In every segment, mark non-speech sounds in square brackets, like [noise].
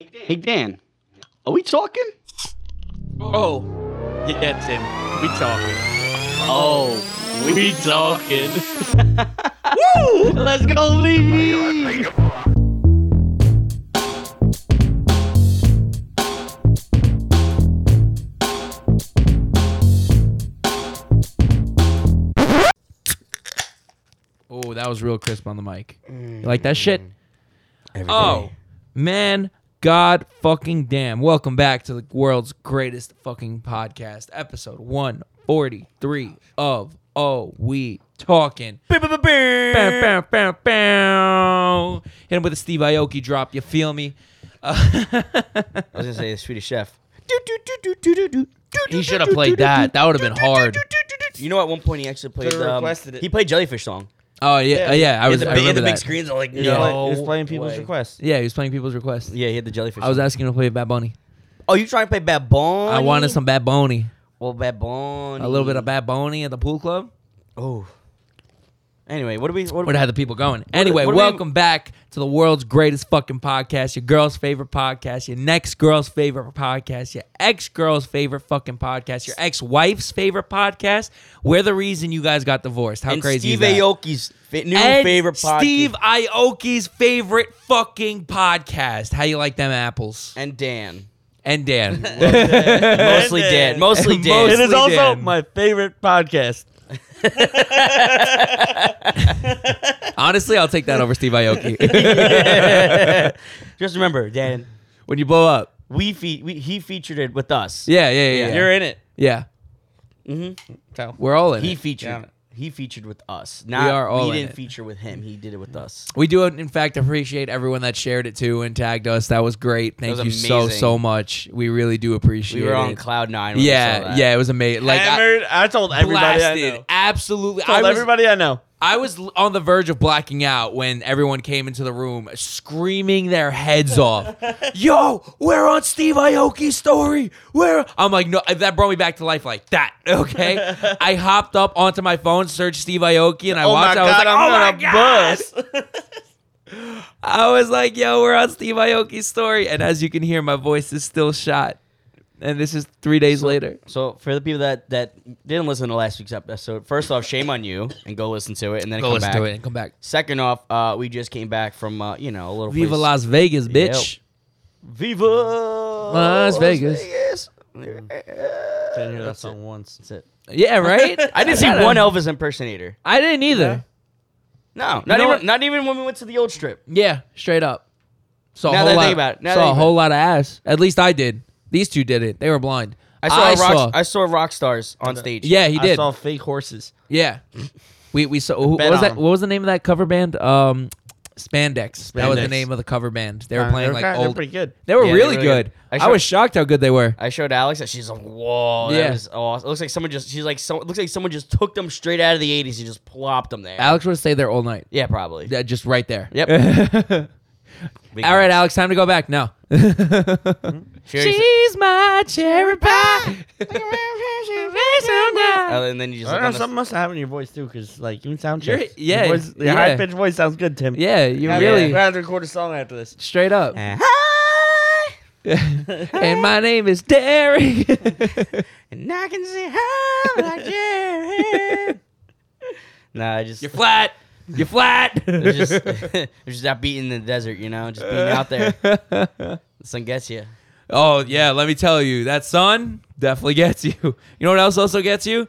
Hey Dan, are we talking? Oh, yeah, that's him. We talking. Oh, We talking. [laughs] woo! Let's go, Lee. Oh, that was real crisp on the mic. Mm. You like that shit? Oh, Man, God fucking damn. Welcome back to the world's greatest fucking podcast, episode 143 of Oh, We Talking. Bam, bam, bam, bam. Hit him with a Steve Aoki drop, you feel me? [laughs] Uh, I was gonna say the Swedish Chef. he should have played that. That would have been hard. You know, at one point he actually played. Could've Um, requested it. he played Jellyfish song. Oh, yeah. uh, yeah, I was the, I big- remember the big that. screens. I'm like, It was no. play- it was playing people's way. [laughs] requests. Yeah, he was playing People's Request. Yeah, he had the Jellyfish. I was song. asking him to play Bad Bunny. Oh, you trying to play Bad Bunny? I wanted some Bad Bunny. Well, Bad Bunny. A little bit of Bad Bunny at the pool club. Oh. Anyway, what do we? What, would have had the people going. Anyway, what do we- welcome back to the world's greatest fucking podcast, your girl's favorite podcast, your next girl's favorite podcast, your ex girl's favorite fucking podcast, your ex wife's favorite podcast. We're the reason you guys got divorced. How and crazy Steve is that? Aoki's fa- new And favorite podcast. Steve Aoki's favorite fucking podcast. How you like them apples? and Dan. And [laughs] Dan. Mostly And Dan. Dan. Mostly Dan. It is Mostly also Dan. my favorite podcast. Honestly, I'll take that over [laughs] Steve Aoki. Just remember, Dan. when you blow up. We, fe- we he featured it with us. Yeah, yeah, yeah. Yeah. You're in it. Yeah. So We're all in. Mm-hmm. He it. featured. Yeah. He featured with us. Not, we are all in didn't it. feature with him. He did it with us. We do, in fact, appreciate everyone that shared it too and tagged us. That was great. Thank was you so amazing. so much. We really do appreciate. We were on it. cloud nine. When we saw yeah, that. yeah, it was amazing. Like I hammered. I, told everybody I blasted, know. absolutely. I Told was, everybody I know. I was l- on the verge of blacking out when everyone came into the room screaming their [laughs] heads off. Yo, we're on Steve Aoki's story. We're I'm like, no, that brought me back to life like that. Okay, [laughs] I hopped up onto my phone, searched Steve Aoki, and I oh my watched. god, I was like, I'm oh my on a god. bus. I was like, yo, we're on Steve Aoki's story. And as you can hear, my voice is still shot. And this is three days later. So for the people that that didn't listen to last week's episode, first off, shame on you, and go listen to it, and then come back. and come back. Second off, uh, we just came back from uh, you know a little Viva place- Las Vegas, bitch. Viva [laughs] Las Vegas. [laughs] Vegas. Didn't hear that song once. That's it. Yeah, right? [laughs] I didn't see gotta- one Elvis impersonator. I didn't either. No, not know even what? not even when we went to the old strip. Yeah, straight up. Saw a Now whole that I lot, think about it, now that I saw a think whole lot of ass. At least I did. These two did it. They were blind. I saw rock, I saw rock stars on stage. yeah, he I did. saw fake horses. yeah. We, we saw who, what Bet was on that? him. What was the name of that cover band? Um, Spandex. That was the Spandex. name of the cover band. They were Uh, playing they're like kind- they're old. pretty good. They were Yeah, they're really really good. good. I I was shocked how good they were. I showed Alex that she's like, whoa, that Yeah. was awesome. It looks like someone just she's like so it looks like someone just took them straight out of the eighties and just plopped them there. Alex would stay there all night. yeah, probably. Yeah, just right there. [laughs] Yep. all right, Alex, time to go back [laughs] now. Mm-hmm. Cheers. my cherry [laughs] pie. Uh, and then you just I look don't know, on the- something must have happened in your voice too, because like you sound You're- check. yeah, your voice, the yeah. high pitched voice sounds good, Tim. yeah, you Ah. I really I have to record a song after this. [laughs] straight up. hi, [laughs] and my name is [laughs] Derek. and I can say hi like Jared. nah, I just You're flat. You're flat. [laughs] it's just [laughs] it's just out beating in the desert, you know, just being out [laughs] there. The sun gets you. oh yeah, let me tell you, that sun definitely gets you. You know what else also gets you?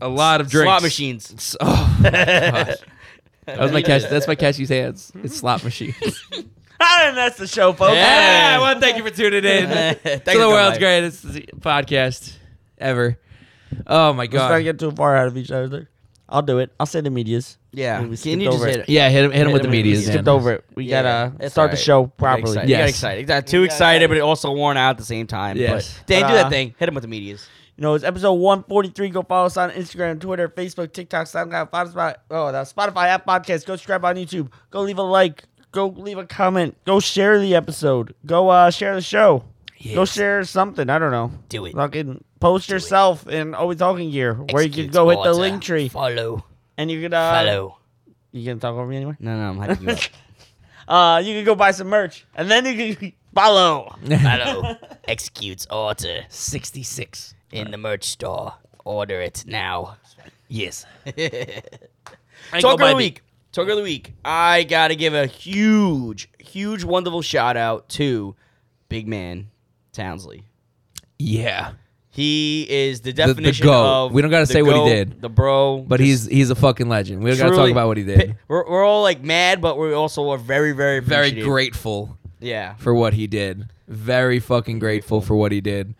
A lot of drinks. Slot machines. S- Oh my gosh. [laughs] [laughs] That was my catch. That's my catchy's hands. It's slot [laughs] machine. And that's the show, folks. Yeah. Ah, well, thank you for tuning [laughs] in to Thank you for the coming world's by. greatest podcast ever. Oh my Let's not god! get too far out of each other. I'll do it. I'll say the medias. Yeah. We Can skipped you just over hit it. it? Yeah, hit him. Hit him with the him with media. the medias. Dan. Skipped over it. We Yeah, gotta it's start the alright. show Got properly. excited. Yes. You got excited. Got too excited, but also worn out at the same time. Yes. But, Dan, do Uh, that thing. Hit him with the medias. You know, it's episode 143. Go follow us on Instagram, Twitter, Facebook, TikTok, SoundCloud, Spotify. Oh, that's Spotify app podcast. Go subscribe on YouTube. Go leave a like. Go leave a comment. Go share the episode. Go uh, share the show. Go Yes. share something. I don't know. Do it. Fucking post yourself in Always Talking Gear, where you can Execute go hit the order. link tree Follow. and you can uh, Follow. You can talk over me anyway. No, no, I'm hyping you up. Uh, you can [laughs] go buy some merch and then you can Follow. Hello. [laughs] Executes order 66 in the merch store. Order it now. [laughs] Yes. Talker of the week. Talker of the week. I gotta give a huge, huge, wonderful shout out to Big Man Townsley. Yeah, He is the definition GOAT. of We don't gotta the say what he GOAT, did. The bro, but he's he's a fucking legend. We gotta talk truly- about what he did. We're, we're all like mad, but we also are very, very, Very appreciative. grateful Yeah, for what he did. Very fucking grateful for what he did.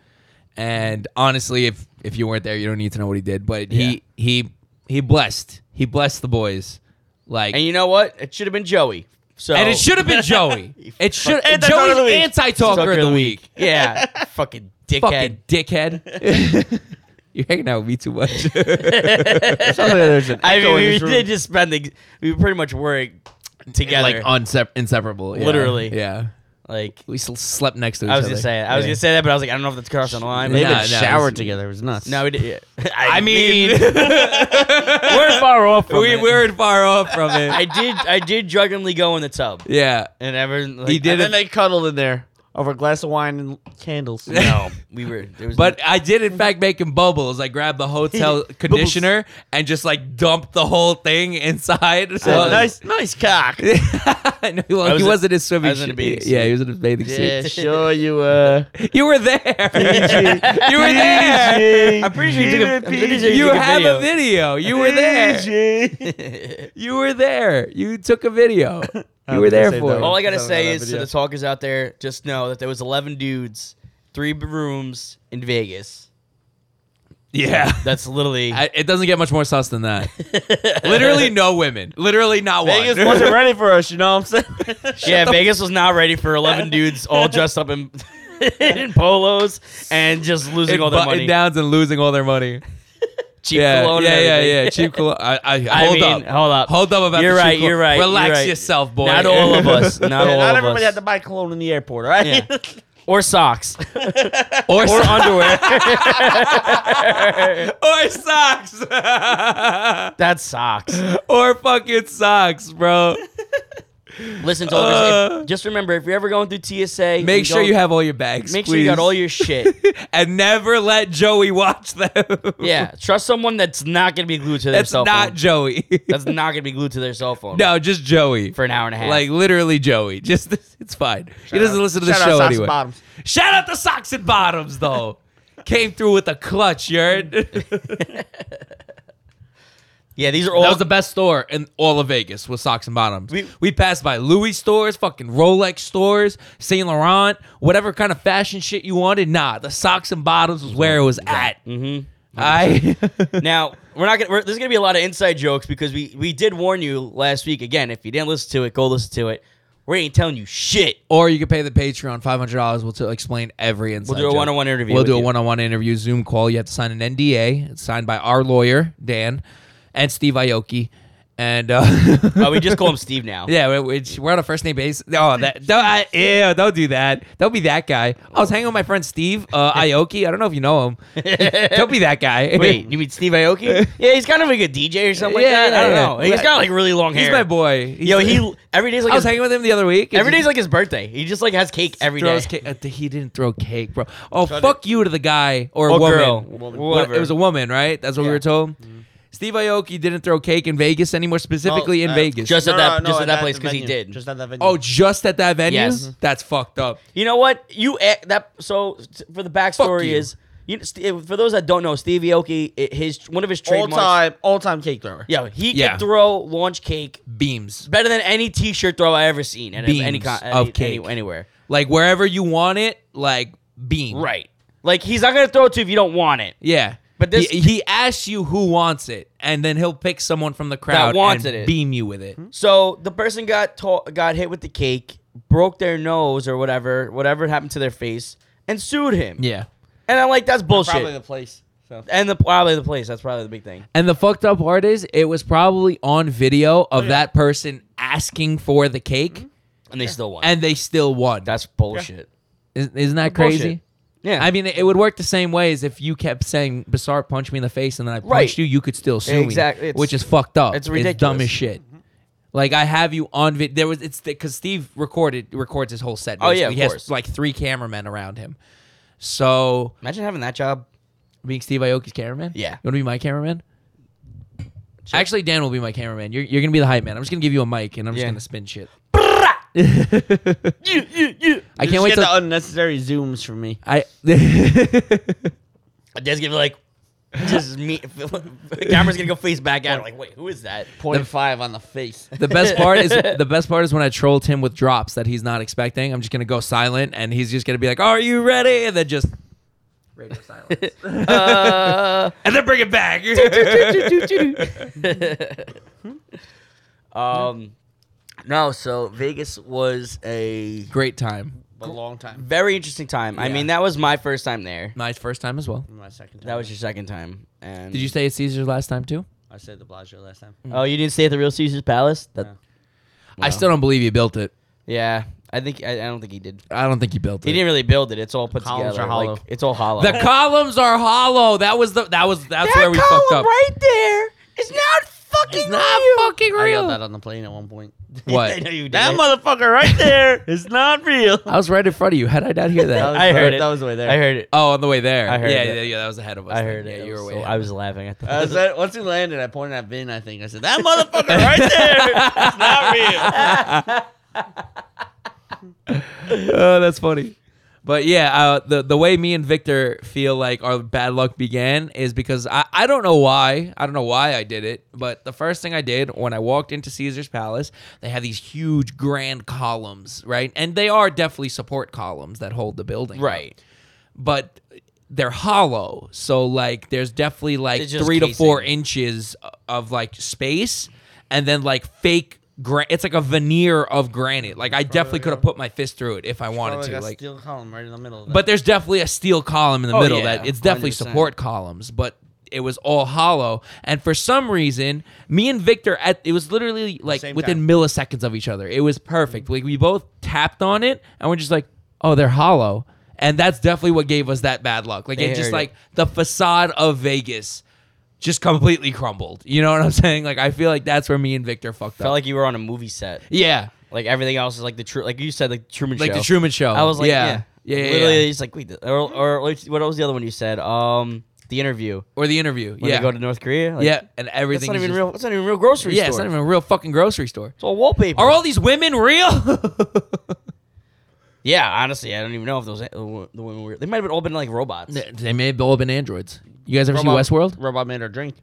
And honestly, if if you weren't there, you don't need to know what he did. But he he he blessed he blessed the boys. Like and you know what? It should have been Joey. So And it should have [laughs] been Joey. It should Anti-talker of the Joey's week. anti talker Talker of the week. yeah, [laughs] fucking dickhead. Fucking [laughs] dickhead. [laughs] You're hanging out with me [laughs] too much. I echo mean, in we this room. did just spend the. We pretty much were together. like unsep- inseparable. yeah. Literally. Yeah. like We still slept next to each I other. was gonna say, I was Yeah. gonna say that, but I was like, I don't know if that's crossing the line. They've Nah, been nah, it's- showered together. It was nuts. No, [laughs] we did. [laughs] I, [laughs] mean, we're far off. From we it. weren't far off from [laughs] it. I did. I did drunkenly go in the tub, yeah. and everyone. Like, He did And it- then they cuddled in [laughs] there over a glass of wine and candles. No, we were. There was But I did, in fact, make him bubbles. I grabbed [laughs] the hotel conditioner and just like dumped the whole thing inside. So nice, nice cock. [laughs] I know- well, I was he in- wasn't in his swimming I was in a suit. bathing Yeah, suit. he was in his bathing Yeah, suit. sure [laughs] you uh [laughs] You were there. [laughs] you were there. I'm pretty sure you took a- I'm pretty sure You took a have video. a video. You were there. You were there. You took [laughs] a video. You were there say for that. it. All I gotta I don't say know that is to video. the talkers out there, just know that there was 11 dudes, three rooms in Vegas. Yeah. That's [laughs] literally. I, it doesn't get much more sus than that. [laughs] Literally no women. Literally not one. Vegas wasn't [laughs] ready for us, you know what I'm saying? yeah, Vegas was not ready for [laughs] 11 dudes all dressed up in, [laughs] in polos and just losing in all their button money. downs and losing all their money. Cheap yeah, cologne yeah, and yeah, everything. yeah. Cheap cologne. I, I, [laughs] I hold mean, up. hold up. Hold up about You're the right, cheap cologne. you're right, you're Relax right. yourself, boy. Not all of [laughs] us. [laughs] Not all Not of us. everybody had to buy cologne in the airport, all right? [laughs] Yeah. Or [laughs] socks. or, Or underwear. [laughs] [laughs] or socks. [laughs] That's socks. or fucking socks, bro. Listen, talkers, Uh. if, just remember if you're ever going through TSA, Make and sure going- you have all your bags. Make sure you got all your shit. [laughs] [laughs] and never let Joey watch them. [laughs] Yeah, trust someone that's not gonna be glued to their That's cell not phone. Joey. that's not gonna be glued to their cell phone. [laughs] no, just Joey. for an hour and a half. Like literally Joey. [laughs] Just it's fine. he doesn't listen to the Shout out show Socks and anyway. Bottoms. Shout out to Socks and Bottoms though. [laughs] Came through with a clutch, you heard? that yeah, these are all. was the best store in all of Vegas was Socks and Bottoms. We, We- passed by Louis stores, fucking Rolex stores, Saint Laurent, whatever kind of fashion shit you wanted. Nah, the Socks and Bottoms was where it was at. Mhm. I Now we're not gonna. We're, there's gonna be a lot of inside jokes because we we did warn you last week. Again, if you didn't listen to it, go listen to it. We ain't telling you shit. [laughs] [laughs] or you can pay the Patreon five hundred dollars. We'll t- explain every inside. We'll do a joke. one-on-one interview. We'll with do a you. one-on-one interview Zoom call. You have to sign an NDA. It's signed by our lawyer Dan and Steve Aoki. And uh, [laughs] Oh, we just call him Steve now. yeah, we- we- it's- we're on a first name basis. Oh, that [laughs] don't, I, ew, don't do that. Don't be that guy. I was hanging with my friend Steve uh, Aoki. I don't know if you know [laughs] him. don't be that guy. [laughs] Wait, you mean Steve Aoki? yeah, he's kind of like a DJ or something Yeah, like that. I don't yeah, know. yeah. He's got like really long hair. he's my boy. He's- Yo, [laughs] he every day's like I was his, hanging with him the other week. every day's like his birthday. He just like has cake every day. throws cake. uh, he didn't throw cake, bro. Oh, fuck you to the guy or, Or woman. girl. What- Whoever. It was a woman, right? That's what we Yeah. Mm-hmm. were told. Steve Aoki didn't throw cake in Vegas anymore, specifically in uh, Vegas. Oh, Just at No, that, no, just at that the place because he venue. did. Just at that venue. oh, just at that venue? Yes. That's fucked up. You know what? You a- that so s- for the Fuck backstory you. is you St- for those that don't know Steve Aoki, i- his one of his all trademarks. time, all time cake thrower. Yo, he Yeah. could throw launch cake Beams. better than any T-shirt throw I ever seen, and any Beams con- any, of cake. any- anywhere. Like wherever you want it, like beam. Right. Like he's not gonna throw it to you if you don't want it. Yeah. But this- he, he asks you who wants it, and then he'll pick someone from the crowd wanted and it. Hmm? beam you with it. So the person got ta- got hit with the cake, broke their nose or whatever, whatever happened to their face, and sued him. Yeah. And I'm like, that's bullshit. Probably the place. [laughs] So. and the probably the place. That's probably the big thing. And the fucked up part is, it was probably on video Oh, of that person asking for the cake, Hmm? And they still won. and they still won. that's bullshit. Isn't, isn't that crazy? Bullshit. Yeah. [laughs] I mean, it would work the same way as if you kept saying, Bizarre punch me in the face and then I punched Right. you, you could still sue me. Exactly. It's- Which is fucked up. it's dumb ridiculous. Mm-hmm. as shit. Like I have you on vid. There was it's because Steve recorded records his whole set. Oh, yeah, basically. of he has course. like three cameramen around him. So Imagine having that job. being Steve Aoki's cameraman. Yeah. you want to be my cameraman? Actually, Dan will be my cameraman. You're, you're gonna be the hype man. I'm just gonna give you a mic and I'm just Yeah. gonna spin shit. I [laughs] I can't wait get the to. unnecessary zooms for me. I [laughs] I just give like [laughs] just me. [laughs] the camera's gonna go face back at him. Like, wait, who is [laughs] that? Point five on the [laughs] [laughs] face. the best [laughs] part is the best part is when I trolled him with drops that he's not expecting. I'm just gonna go silent and he's just gonna be like, "Are you ready?" And then just radio silence. [laughs] Uh, and then bring it back. [laughs] Mm-hmm. [laughs] Mm-hmm. Um, no. So Vegas was a Great time. a long time. very interesting time. I mean, that was my first time there. My first time as well. My second time. That was your second time. And Did you stay at Caesar's last time too? I said the Blasio last time. Oh, you didn't stay at the real Caesar's Palace. That, No. I still don't believe you built it. Yeah, I think I, I don't think he did. I don't think you built He it. didn't really build it. It's all put Columns together. are hollow. Like, it's all hollow. The columns are hollow. That was the that was that's where we fucked up. right there is not fucking It's not fucking I got real. that on the plane at one point. [laughs] [laughs] I know what? you did. That motherfucker right there is not real. I was right in front of you. How did I not hear that? [laughs] I heard it. [laughs] That was the way there. I heard it. oh, on the way there. I heard yeah, it. yeah, yeah. That was ahead of us. I then. heard yeah, it. You were So way. ahead I of was laughing at [laughs] I was that. like- once he landed, I pointed at Vin. I think I said, [laughs] "That motherfucker right there is not real." [laughs] oh, that's funny. But yeah, uh, the the way me and Victor feel like our bad luck began is because I, I don't know why I don't know why I did it, but the first thing I did when I walked into Caesar's Palace, they have these huge grand columns, right? And they are definitely support columns that hold the building, up. Right. But they're hollow, so like there's definitely like It's just three to casing. four inches of like space, and then like fake. Gra- it's like a veneer of granite. Like I definitely could have put my fist through it if I wanted Probably to. got Like steel column right in the middle. Of that. but there's definitely a steel column in the Oh, middle yeah, that it's definitely 100%. support columns, but it was all hollow. And for some reason, me and Victor at it was literally like Same within time. milliseconds of each other. It was Mm-hmm. perfect. Like we both tapped on it and we're just like, oh, they're hollow. And that's definitely what gave us that bad luck. Like They it just heard it. like the facade of Vegas just completely crumbled. You know what I'm [laughs] saying? Like I feel like that's where me and Victor fucked up. Felt like you were on a movie set. yeah. Like everything else is like the true. Like you said, like Truman Like Show. the Truman Show. I was like, yeah, yeah. Yeah, yeah, Literally, yeah. he's like, wait, th- or, or like, what was the other one you said? Um, the interview. Or the interview. When yeah. they go to North Korea. Like, yeah. And That's everything not is even just- real. That's not even real grocery Yeah, store. it's not even a real fucking grocery store. It's all wallpaper. Are all these women real? [laughs] yeah, honestly, I don't even know if those uh, the women were. They might have all been like robots. they they may have all been androids. You guys ever Robot- see Westworld? Robot made her drink.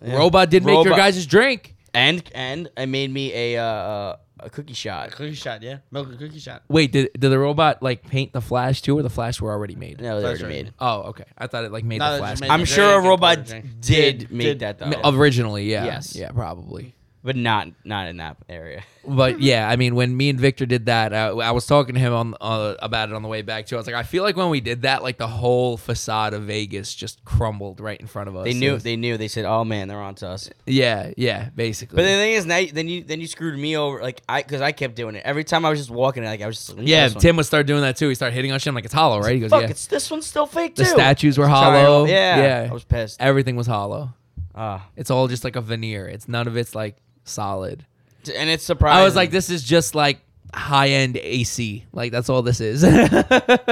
Robot did make your Robot- guys' drink. And and it made me a uh, a cookie shot. Cookie shot, yeah. Milk and cookie shot. Wait, did, did the robot like paint the Flash too, or the Flash were already made? No, they That's already right. made. Oh, okay. I thought it like made No, the they Flash just made I'm They sure a didn't get robot Puerto Rican. did Did- make did- that though, Ma- originally. Yeah, Yes. yeah, probably. but not not in that area. But yeah, I mean, when me and Victor did that, I, I was talking to him on uh, about it on the way back too. I was like, I feel like when we did that, like the whole facade of Vegas just crumbled right in front of us. They It knew. was- They knew. They said, "Oh man, they're on to us." yeah, yeah, basically. But the thing is, now you- then you then you screwed me over, like I, because I kept doing it every time I was just walking. Like I was just like, yeah, this one. Tim would start doing that too. He started hitting on shit. I'm like, it's hollow, right? He goes, Fuck, yeah. it's this one's still fake too. The statues were Sorry, hollow. Yeah, yeah. I was pissed. Everything was hollow. Ah, It's all just like a veneer. It's none of it's like solid. T- and it's surprising. I was like, this is just like high end AC. Like that's all this is. [laughs]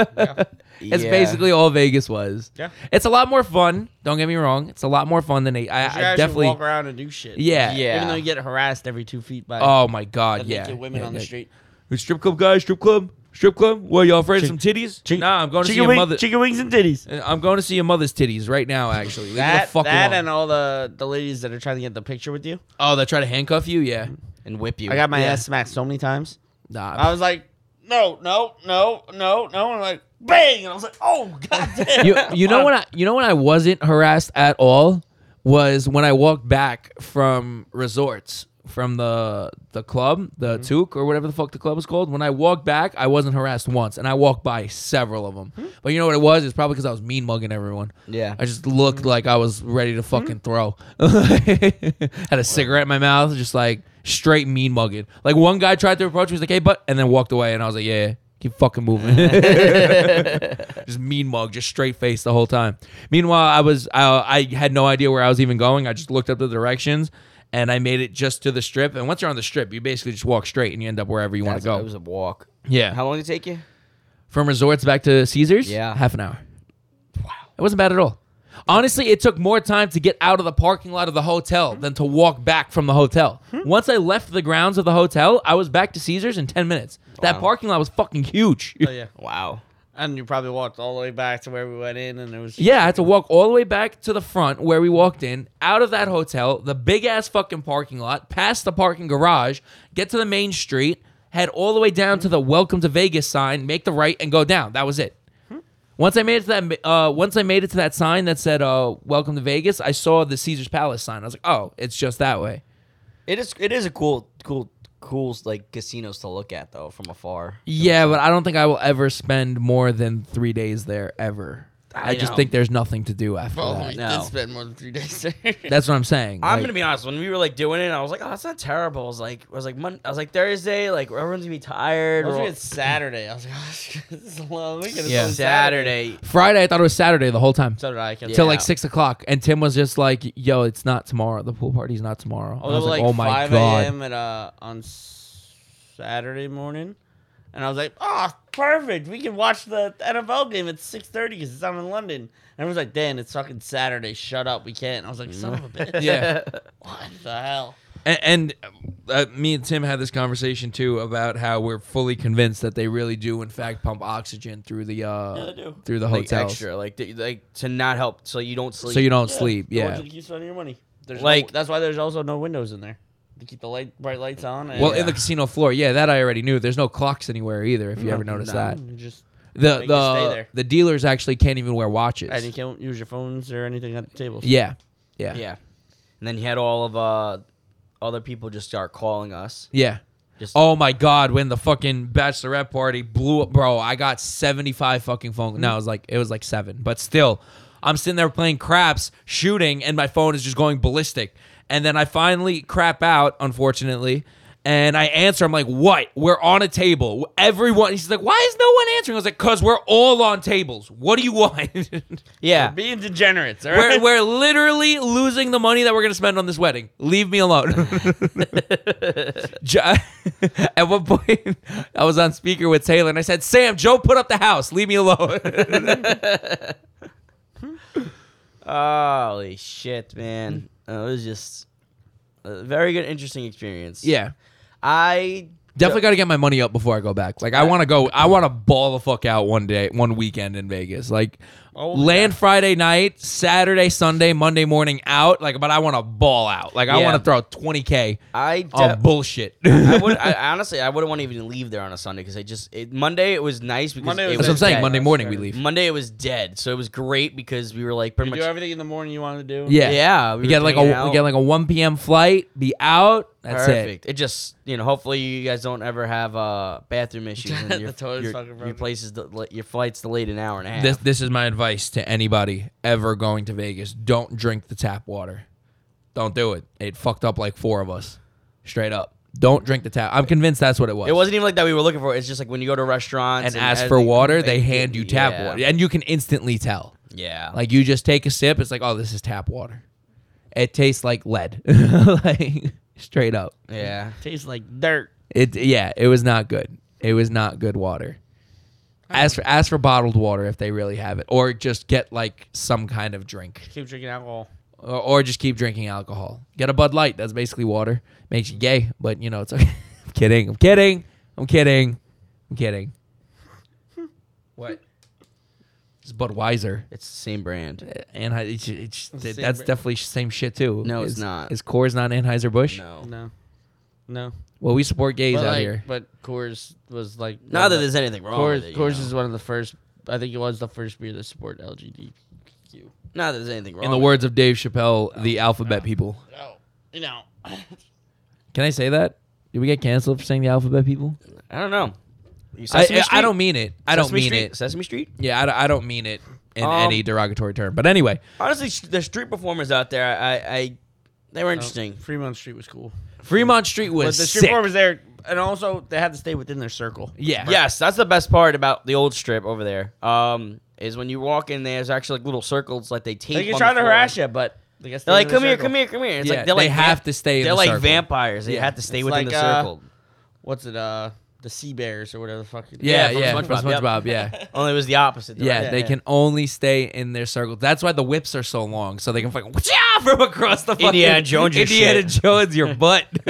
It's Yeah. basically all Vegas was. Yeah. It's a lot more fun. Don't get me wrong. It's a lot more fun than a- I, You should I actually definitely. walk around and do shit. yeah. Yeah. Even though you get harassed every two feet by Oh my God. naked Yeah. women Yeah, on the yeah. street. Hey, Strip club guys. Strip club. Strip club. What y'all afraid of some titties? Chick- nah, I'm going to see chicken, your wing- mother. chicken wings and titties. Uh, I'm going to see your mother's titties right now. Actually, Leave me the That, fuck that alone. and all the, the ladies that are trying to get the picture with you. oh, they try to handcuff you. Yeah. and whip you. I got my Yeah. ass smacked so many times. Nah. I was like, no, no, no, no, no. And I'm like, bang. And I was like, oh, god damn. [laughs] you, you know when I you know when I wasn't harassed at all was when I walked back from resorts from the the club the Mm-hmm. Touk or whatever the fuck the club was called when I walked back I wasn't harassed once and I walked by several of them Hmm? but you know what it was it's probably because I was mean mugging everyone Yeah. I just looked like I was ready Hmm? to fucking throw [laughs] had a cigarette in my mouth just like straight mean mugging like one guy tried to approach me he's like hey but and then walked away and I was like yeah keep [laughs] fucking moving. just mean mug, just straight face the whole time. Meanwhile, I was I, I had no idea where I was even going. I just looked up the directions, and I made it just to the strip. And once you're on the strip, you basically just walk straight and you end up wherever you want to That's- It go. was a walk. yeah. How long did it take you? From resorts back to Caesars? Yeah. Half an hour. Wow. It wasn't bad at all. Honestly, it took more time to get out of the parking lot of the hotel than to walk back from the hotel. Once I left the grounds of the hotel, I was back to Caesars in 10 minutes. That parking lot was fucking huge. [laughs] [laughs] Oh, yeah. Wow. And you probably walked all the way back to where we went in, and it was Yeah, I had to walk all the way back to the front where we walked in, out of that hotel, the big ass fucking parking lot, past the parking garage, get to the main street, head all the way down to the welcome to Vegas sign, make the right and go down. That was it. Once I made it to that uh, once I made it to that sign that said uh, welcome to Vegas, I saw the Caesar's Palace sign. I was like, "Oh, it's just that way." It is. It is a cool, cool, cool like casinos to look at though from afar. Yeah, but I don't think I will ever spend more than 3 days there ever. I, just know. think there's nothing to do after that. did No. spend more than three days there. That's what I'm saying. I'm Like- gonna be honest. When we were like doing it, I was like, "Oh, that's not terrible." I was like, "I was like, Mon- I was like Thursday, like everyone's gonna be tired." I was We're looking all- at Saturday. I was like, [laughs] oh, this is a long weekend. It's Yeah. only Saturday, Friday, I thought it was Saturday the whole time. So did I. I kept- till like Yeah. six o'clock, and Tim was just like, "Yo, it's not tomorrow. The pool party's not tomorrow." And I I was like, "Oh my 5 god!" a.m. At, uh, on s- Saturday morning, and I was like, "Oh, perfect! We can watch the NFL game at 6:30 because it's on in London." And everyone's like, "Dan, it's fucking Saturday. Shut up. We can't." I was like, "Son [laughs] of [laughs] a bitch! Yeah, [laughs] What the hell?" and, and uh, me and Tim had this conversation too about how we're fully convinced that they really do, in fact, pump oxygen through the uh, Yeah, they do. through the like hotels, extra, like th- like to not help, so you don't sleep. so you don't I sleep. want Yeah. you to keep spending your money. There's Like- no, that's why there's also no windows in there to keep the light bright lights on. And Well, in the [laughs] casino floor, yeah, that I already knew. There's no clocks anywhere either. If you ever noticed that, You just the They can stay the there. the dealers actually can't even wear watches. and you can't use your phones or anything at the table. yeah, yeah, yeah. yeah. And then you had all of uh, other people just start calling us. Just Oh my god, when the fucking bachelorette party blew up, bro, I got 75 fucking phone. No, it was like it was like 7, but still I'm sitting there playing craps, shooting and my phone is just going ballistic. And then I finally crap out, unfortunately. And I answer, I'm like, what? We're on a table. Everyone, he's like, why is no one answering? I was like, because we're all on tables. What do you want? [laughs] yeah. We're being degenerates. All we're, right? we're literally losing the money that we're going to spend on this wedding. Leave me alone. [laughs] Jo- [laughs] At one point, I was on speaker with Taylor and I said, Sam, Joe put up the house. Leave me alone. [laughs] [laughs] Holy shit, man! Uh, it was just a very good, interesting experience. yeah. I Definitely got to get my money up before I go back. Like, I want to go, I want to ball the fuck out one day, one weekend in Vegas. Like, Oh, land Friday night, Saturday, Sunday, Monday morning out. Like, but I want to ball out. Like, I Yeah. want to throw 20K I on de- bullshit. [laughs] I [laughs] would I, honestly I wouldn't want to even leave there on a Sunday because I just it, Monday it was nice because Monday was it was That's what I'm saying. dead. Monday morning, we leave. Monday it was dead, so it was great because we were like pretty You much do everything in the morning you want to do. Yeah. yeah We get like a we get like a 1 p.m. flight, be out. That's perfect. It. just you know hopefully you guys don't ever have uh [laughs] bathroom issues and your The toilet's your, fucking your broken. place is del- your flight's delayed an hour and a it. half. This this is my advice to anybody ever going to Vegas. Don't drink the tap water. Don't do it. It fucked up like four of us. Straight up. Don't drink the tap. I'm convinced that's what it was. it wasn't even like that we were looking for. it. It's just like when you go to restaurants and ask for water, they hand you tap yeah, water. And you can instantly tell. Yeah, Like you just take a sip, it's like, oh, this is tap water. It tastes like lead. [laughs] like straight up. yeah. Tastes like dirt. It yeah, it was not good. It was not good water. Ask for ask for bottled water if they really have it, or just get like some kind of drink, Keep drinking alcohol. or, or just keep drinking alcohol. Get a Bud Light. That's basically water. Makes you gay, but you know it's [laughs] okay. I'm kidding. I'm kidding. I'm kidding. I'm kidding. what? It's Budweiser, It's the same brand. and it's, it's, It's the same that's brand. definitely same shit too. No, it's Is- not. Is Coors not Anheuser Busch? No, No, no. Well, we support gays but out like, here. But Coors was like not one that of the- there's anything wrong. Coors, with it, you Coors know. is one of the first. I think it was the first beer to support LGBTQ. not that there's anything wrong. In the with it. words of Dave Chappelle, the alphabet people. Oh, you know. Can I say that? Did we get canceled for saying the alphabet people? I don't know. You- Sesame I, I, I Street? don't mean it. I don't Sesame mean Street? it. Sesame Street. Yeah, I, don't- I don't mean it in Um, any derogatory term. But anyway, Honestly, sh- the street performers out there, I, I, I they Oh. were [laughs] interesting. Fremont Street was cool. Fremont Street But was the sick. street performers there, and also they had to stay within their circle. yeah, Yes, that's the best part about the old strip over there. Um, is when you walk in, there's actually like little circles like they tape. They can on try the to floor. harass you, but They gotta stay They're like, within a come here, circle. come here, come here. It's Yeah, like they're they like have to stay in They're the like circle. vampires. They have to stay It's within like, the uh, circle. What's it? Uh, the sea bears or whatever the fuck. it- Yeah, from yeah, from SpongeBob, yep. SpongeBob, yeah. [laughs] Only it was the opposite. Yeah, direction. they [laughs] can only stay in their circle. That's why the whips are so long, so they can fucking whoosh from across the fucking Indiana Jones your Indiana shit. Jones your [laughs] butt. [laughs]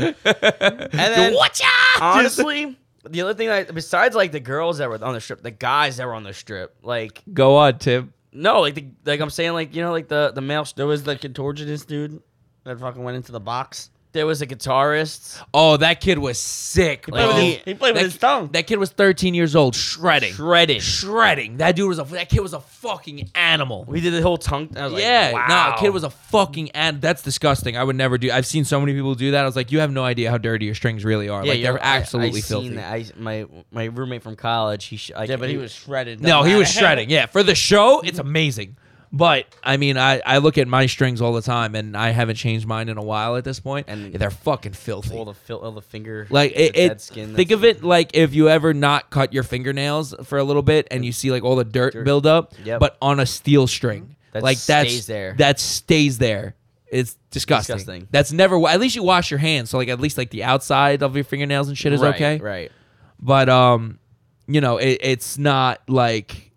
then- what's [laughs] Honestly, the other thing that besides like the girls that were on the strip, the guys that were on the strip, like Go on, Tim. no, like the like I'm saying, like you know, like the the male. There was the contortionist dude that fucking went into the box. There was a guitarist. Oh, that kid was sick, played bro. with he, he- he played with that- his tongue. That kid was 13 years old, shredding, Shredded. shredding. That dude was a that kid was a fucking animal. We did the whole tongue. I was like, yeah, wow. no, kid was a fucking ad. That's disgusting. I would never do. I've seen so many people do that. I was like, you have no idea how dirty your strings really are. like you're- they're absolutely I, I filthy. Seen that. I, my my roommate from college. He sh- I, yeah, but he was shredded. [laughs] No, he was shredding. Yeah, for the show, it's amazing. But I mean, I, I look at my strings all the time, and I haven't changed mine in a while at this point, and And- they're fucking filthy. all the fil- all the finger Like the it, dead it skin, think that's- of it like if you ever not cut your fingernails for a little bit and you see like all the dirt, build up, Yep. but on a steel string. That like that stays there. That stays there. It's disgusting. Disgusting. That's never. wa- At least you wash your hands, so like at least like the outside of your fingernails and shit is right, okay. Right. But um, you know, it, it's not like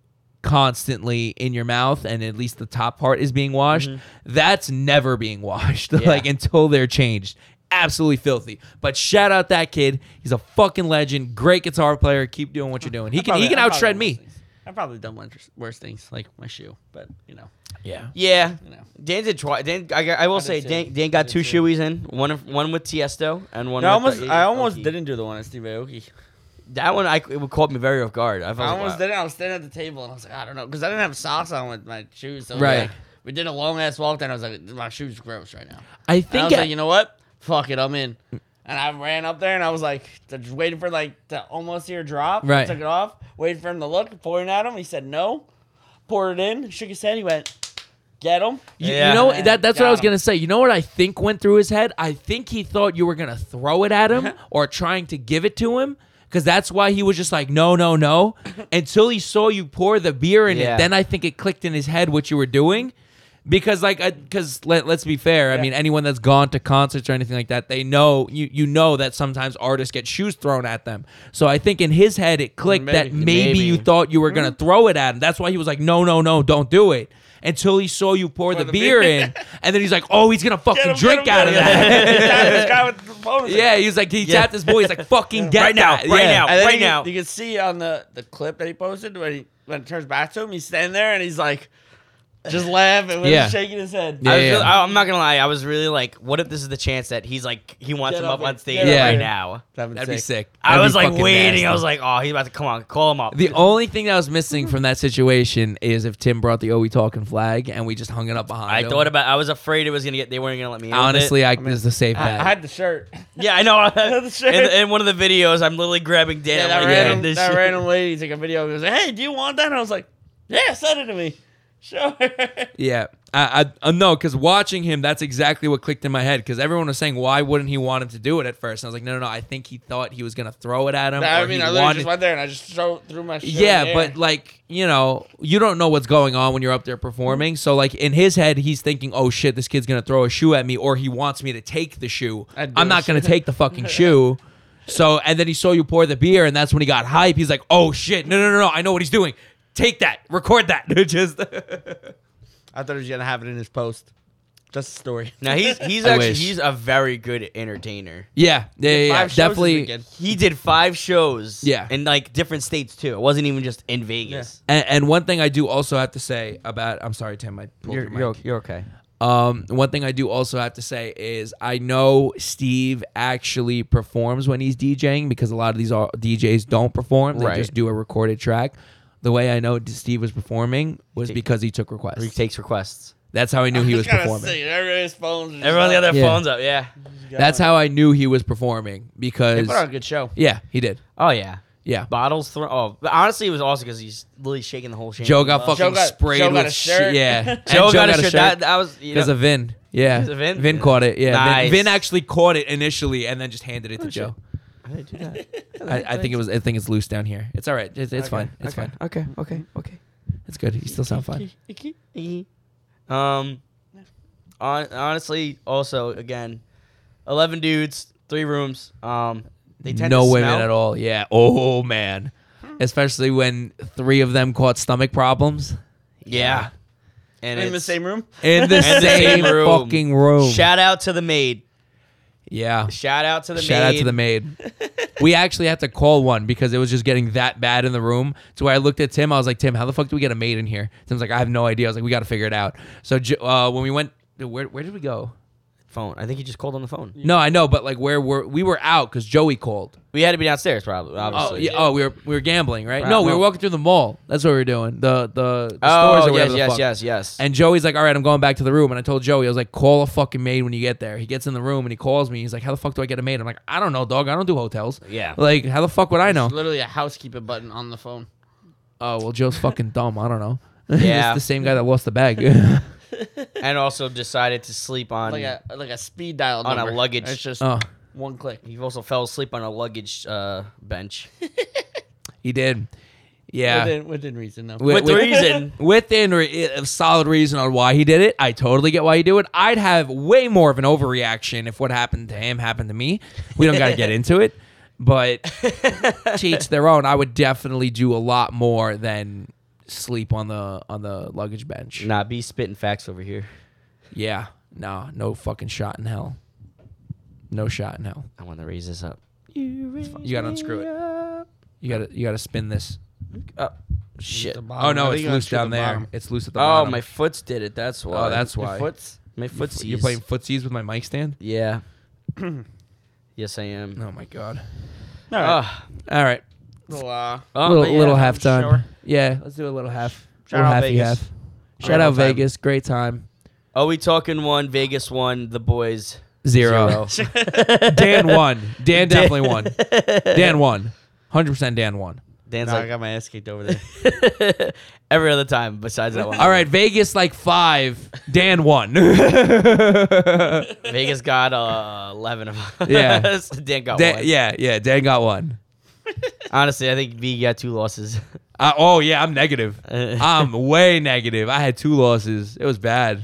constantly in your mouth, and at least the top part is being washed. That's never being washed, [laughs] like until they're changed. Absolutely filthy. But shout out that kid. He's a fucking legend. Great guitar player. Keep doing what you're doing. He can he can outshred me. I've probably done worse, worse things, like my shoe. But you know, Yeah. Yeah, You know. Dan did twice. Dan, I, got- I will say, too. Dan, I Dan got did two too. shoeies in. One, of- one with Tiesto and one. I with almost, the- I almost Aoki. didn't do the one at Steve Aoki. That one, I it would caught me very off guard. I, was I like, almost wow. did it. I was standing at the table and I was like, I don't know, because I didn't have socks on with my shoes. So it was Right. like- we did a long ass walk down. I was like, my shoes gross right now. I And I think was I- like, you know what? Fuck it, I'm in. And I ran up there and I was like, just waiting for like to almost hear a drop. Right. Took it off, waited for him to look, pouring at him. He said no, poured it in, shook his head. He went, get him. You, you Yeah. know that that's what I Got was him. gonna say. You know what I think went through his head? I think he thought you were gonna throw it at him [laughs] or trying to give it to him. Cause that's why he was just like no [laughs] no no until he saw you pour the beer in Yeah. it. Then I think it clicked in his head what you were doing, because like because let us be fair. I mean anyone that's gone to concerts or anything like that, they know you you know that sometimes artists get shoes thrown at them. So I think in his head it clicked that Maybe. maybe, Maybe. you thought you were gonna throw it at him. That's why he was like no no no don't do it until he saw you pour the, the beer beer. in, and then he's like, "Oh, he's gonna fucking Get him, drink get him, out of get [laughs] him. this that." guy with the phone. was like, yeah, he's like, he tapped his boy. He's like, [laughs] "Fucking get Right now, that. right Yeah. now. And then right you, can- now. you can see on the, the clip that he posted when he when it turns back to him, he's standing there and he's like, just laughing, and [laughs] Yeah. shaking his head. Yeah, I was yeah. really- I, am not gonna lie. I was really like, what if this is the chance that he's like, he wants Get him up up on and- stage get up right and- now. That'd be sick. I That'd be was like fucking waiting. nasty. I was like, oh, he's about to come on, call him up. The only thing that was missing from that situation is if Tim brought the "Oh, we talking" flag and we just hung it up behind. I him. thought about. I was afraid it was gonna get. They weren't gonna let me. in with it. honestly, I, this is a safe I, bet. I had the shirt. [laughs] yeah, I know. [laughs] the in, shirt. in one of the videos, I'm literally grabbing Dan. yeah, I'm that, like, random, this that shit. random lady took a video and was like, hey, do you want that? And I was like, yeah, send it to me. [laughs] Sure. yeah. I, I, uh, no, because watching him, that's exactly what clicked in my head. Because everyone was saying, "Why wouldn't he want him to do it at first? And I was like, "No, no, no! I think he thought he was gonna throw it at him." I or mean, he I literally wanted- just went there and I just throw, threw my shirt. in Yeah, the air. but like, you know, you don't know what's going on when you're up there performing. So like in his head, he's thinking, "Oh shit, this kid's going to throw a shoe at me or he wants me to take the shoe. I'd do a I'm not going to shoe. take [laughs] the fucking shoe." So and then he saw you pour the beer and that's when he got hype. He's like, "Oh shit. No, no, no, no. I know what he's doing. Take that. Record that." [laughs] Just I thought he was going to have it in his post. Just a [laughs] story. Now he's he's I actually wish. he's a very good entertainer. Yeah. Yeah, yeah, yeah. Five shows this Definitely. weekend. He did five shows. Yeah. In like different states too. It wasn't even just in Vegas. And, and one thing I do also have to say about I'm sorry, Tim, I pulled your mic. you're okay. Um, one thing I do also have to say is I know Steve actually performs when he's DJing because a lot of these are- DJs don't perform; they Right. just do a recorded track. The way I know Steve was performing was because he took He requests. takes requests. That's how I knew he was Just gotta performing. see, Everybody's phones. Everyone got their Yeah. phones up. Yeah. uh, That's how I knew he was performing because Put on a good show. yeah, he did. Oh yeah. Yeah, Bottles thrown. Oh, but honestly, it was awesome because he's literally shaking the whole chain. Joe got fucking Joe got- sprayed Joe got with a shirt. shit. Yeah, And Joe, got, a shirt. That, that was you know, because of Vin. Yeah, 'Cause of Vin? Vin caught it. Yeah, Nice. Oh, Vin, Vin actually caught it initially and then just handed it to Joe. How did I do that? I, I think it was. I think it's loose down here. [laughs] It's all right. It's, it's fine. It's fine. Okay. Okay. Okay. [laughs] It's good. You still sound fine. Um, hon- honestly, also again, eleven dudes, three rooms. Um, they tend no to women smell. at all. Yeah. Oh man. Especially when three of them caught stomach problems Yeah, and in the it's- same room. [laughs] in the And the same same room. fucking room. Shout out to the maid. yeah. Shout out to the Shout maid. out to the maid. we actually had to call one because it was just getting that bad in the room. To where I looked at Tim, I was like, Tim, how the fuck do we get a maid in here? Tim's like, I have no idea. I was like, we got to figure it out. So J- uh, when we went, where where did we go? phone. I think he just called on the phone. No, I know, but like where were we were out because Joey called. We had to be downstairs, probably. Oh Obviously. yeah, oh we were we were gambling, right? Right, No, we were no. walking through the mall. That's what we were doing. The the, the stores Oh, or whatever yes, the yes, fuck. yes, yes. And Joey's like, all right, I'm going back to the room. And I told Joey, I was like, call a fucking maid when you get there. He gets in the room and he calls me. He's like, how the fuck do I get a maid? I'm like, I don't know, dog. I don't do hotels. Yeah. Like, how the fuck would I know? There's literally a housekeeper button on the phone. Oh well, Joe's fucking [laughs] dumb. I don't know. Yeah. it's the same guy that lost the [laughs] bag. and also decided to sleep on. Like a like a speed dial On a number. luggage- It's just oh, one click. he also fell asleep on a luggage uh, bench. he did. Yeah. Within, within reason though. Wi- With wi- [laughs] reason. within re- eh, a solid reason on why he did it. I totally get why you do it. I'd have way more of an overreaction if what happened to him happened to me. We don't got [laughs] to get into it, [laughs] but to each their own. I would definitely do a lot more than sleep on the on the luggage bench. Nah, be spitting facts over here. Yeah, no, no fucking shot in hell. No shot in hell. I want to raise this up. You gotta unscrew it. You gotta you gotta spin this. Shit. Oh no, I it's think I loose unscrewed down the there. bottom. It's loose at Uh, the Oh, bottom. my foots did it. That's why. Oh, that's why. [clears throat] foots? My footsies. You're playing footsies with my mic stand. Yeah. yes, I am. Oh my god. All right. Ah, All right, Um, Well, uh, oh, little, but yeah. little halftime. sure. Yeah, let's do a little half. Shout little out halfy Vegas. half. Shout out Vegas. Great time. Are Oh, we talking one? Vegas one. The boys. Zero. [laughs] Zero. Dan won. Dan definitely won. [laughs] Dan won. Hundred percent. Dan won. [laughs] Dan's Nah, I like got my ass kicked over there. [laughs] every other time besides [laughs] that one. All right, Vegas like five. Dan [laughs] won. Vegas got uh, 11 of us. Yeah. [laughs] Dan got Dan- one. yeah, yeah. Dan got one. Honestly, I think V got two losses. [laughs] I, oh yeah, I'm negative. I'm way negative. I had two losses. It was bad.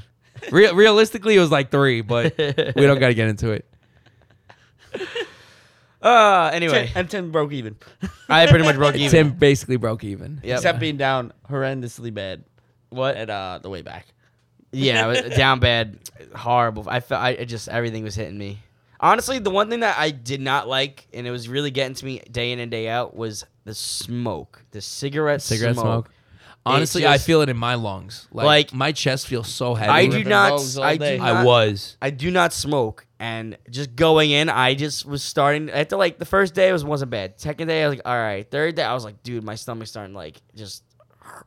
Real, realistically, it was like three, but we don't got to get into it. Uh, anyway, and Tim broke even, [laughs] I pretty much broke even. Tim basically broke even. Yep. [laughs] except being down horrendously bad what? at uh, the way back. yeah, I was down bad, horrible. I felt I I just everything was hitting me. Honestly, the one thing that I did not like, and it was really getting to me day in and day out, was the smoke, the cigarette, Cigarette smoke. Honestly, I just- feel it in my lungs. Like, Like- my chest feels so heavy. I do Ripping not. rolls all I day. do I not. was. I do not smoke, and just going in, I just was starting. After like the first day was wasn't bad. Second day, I was like, all right. Third day, I was like, dude, my stomach's starting like just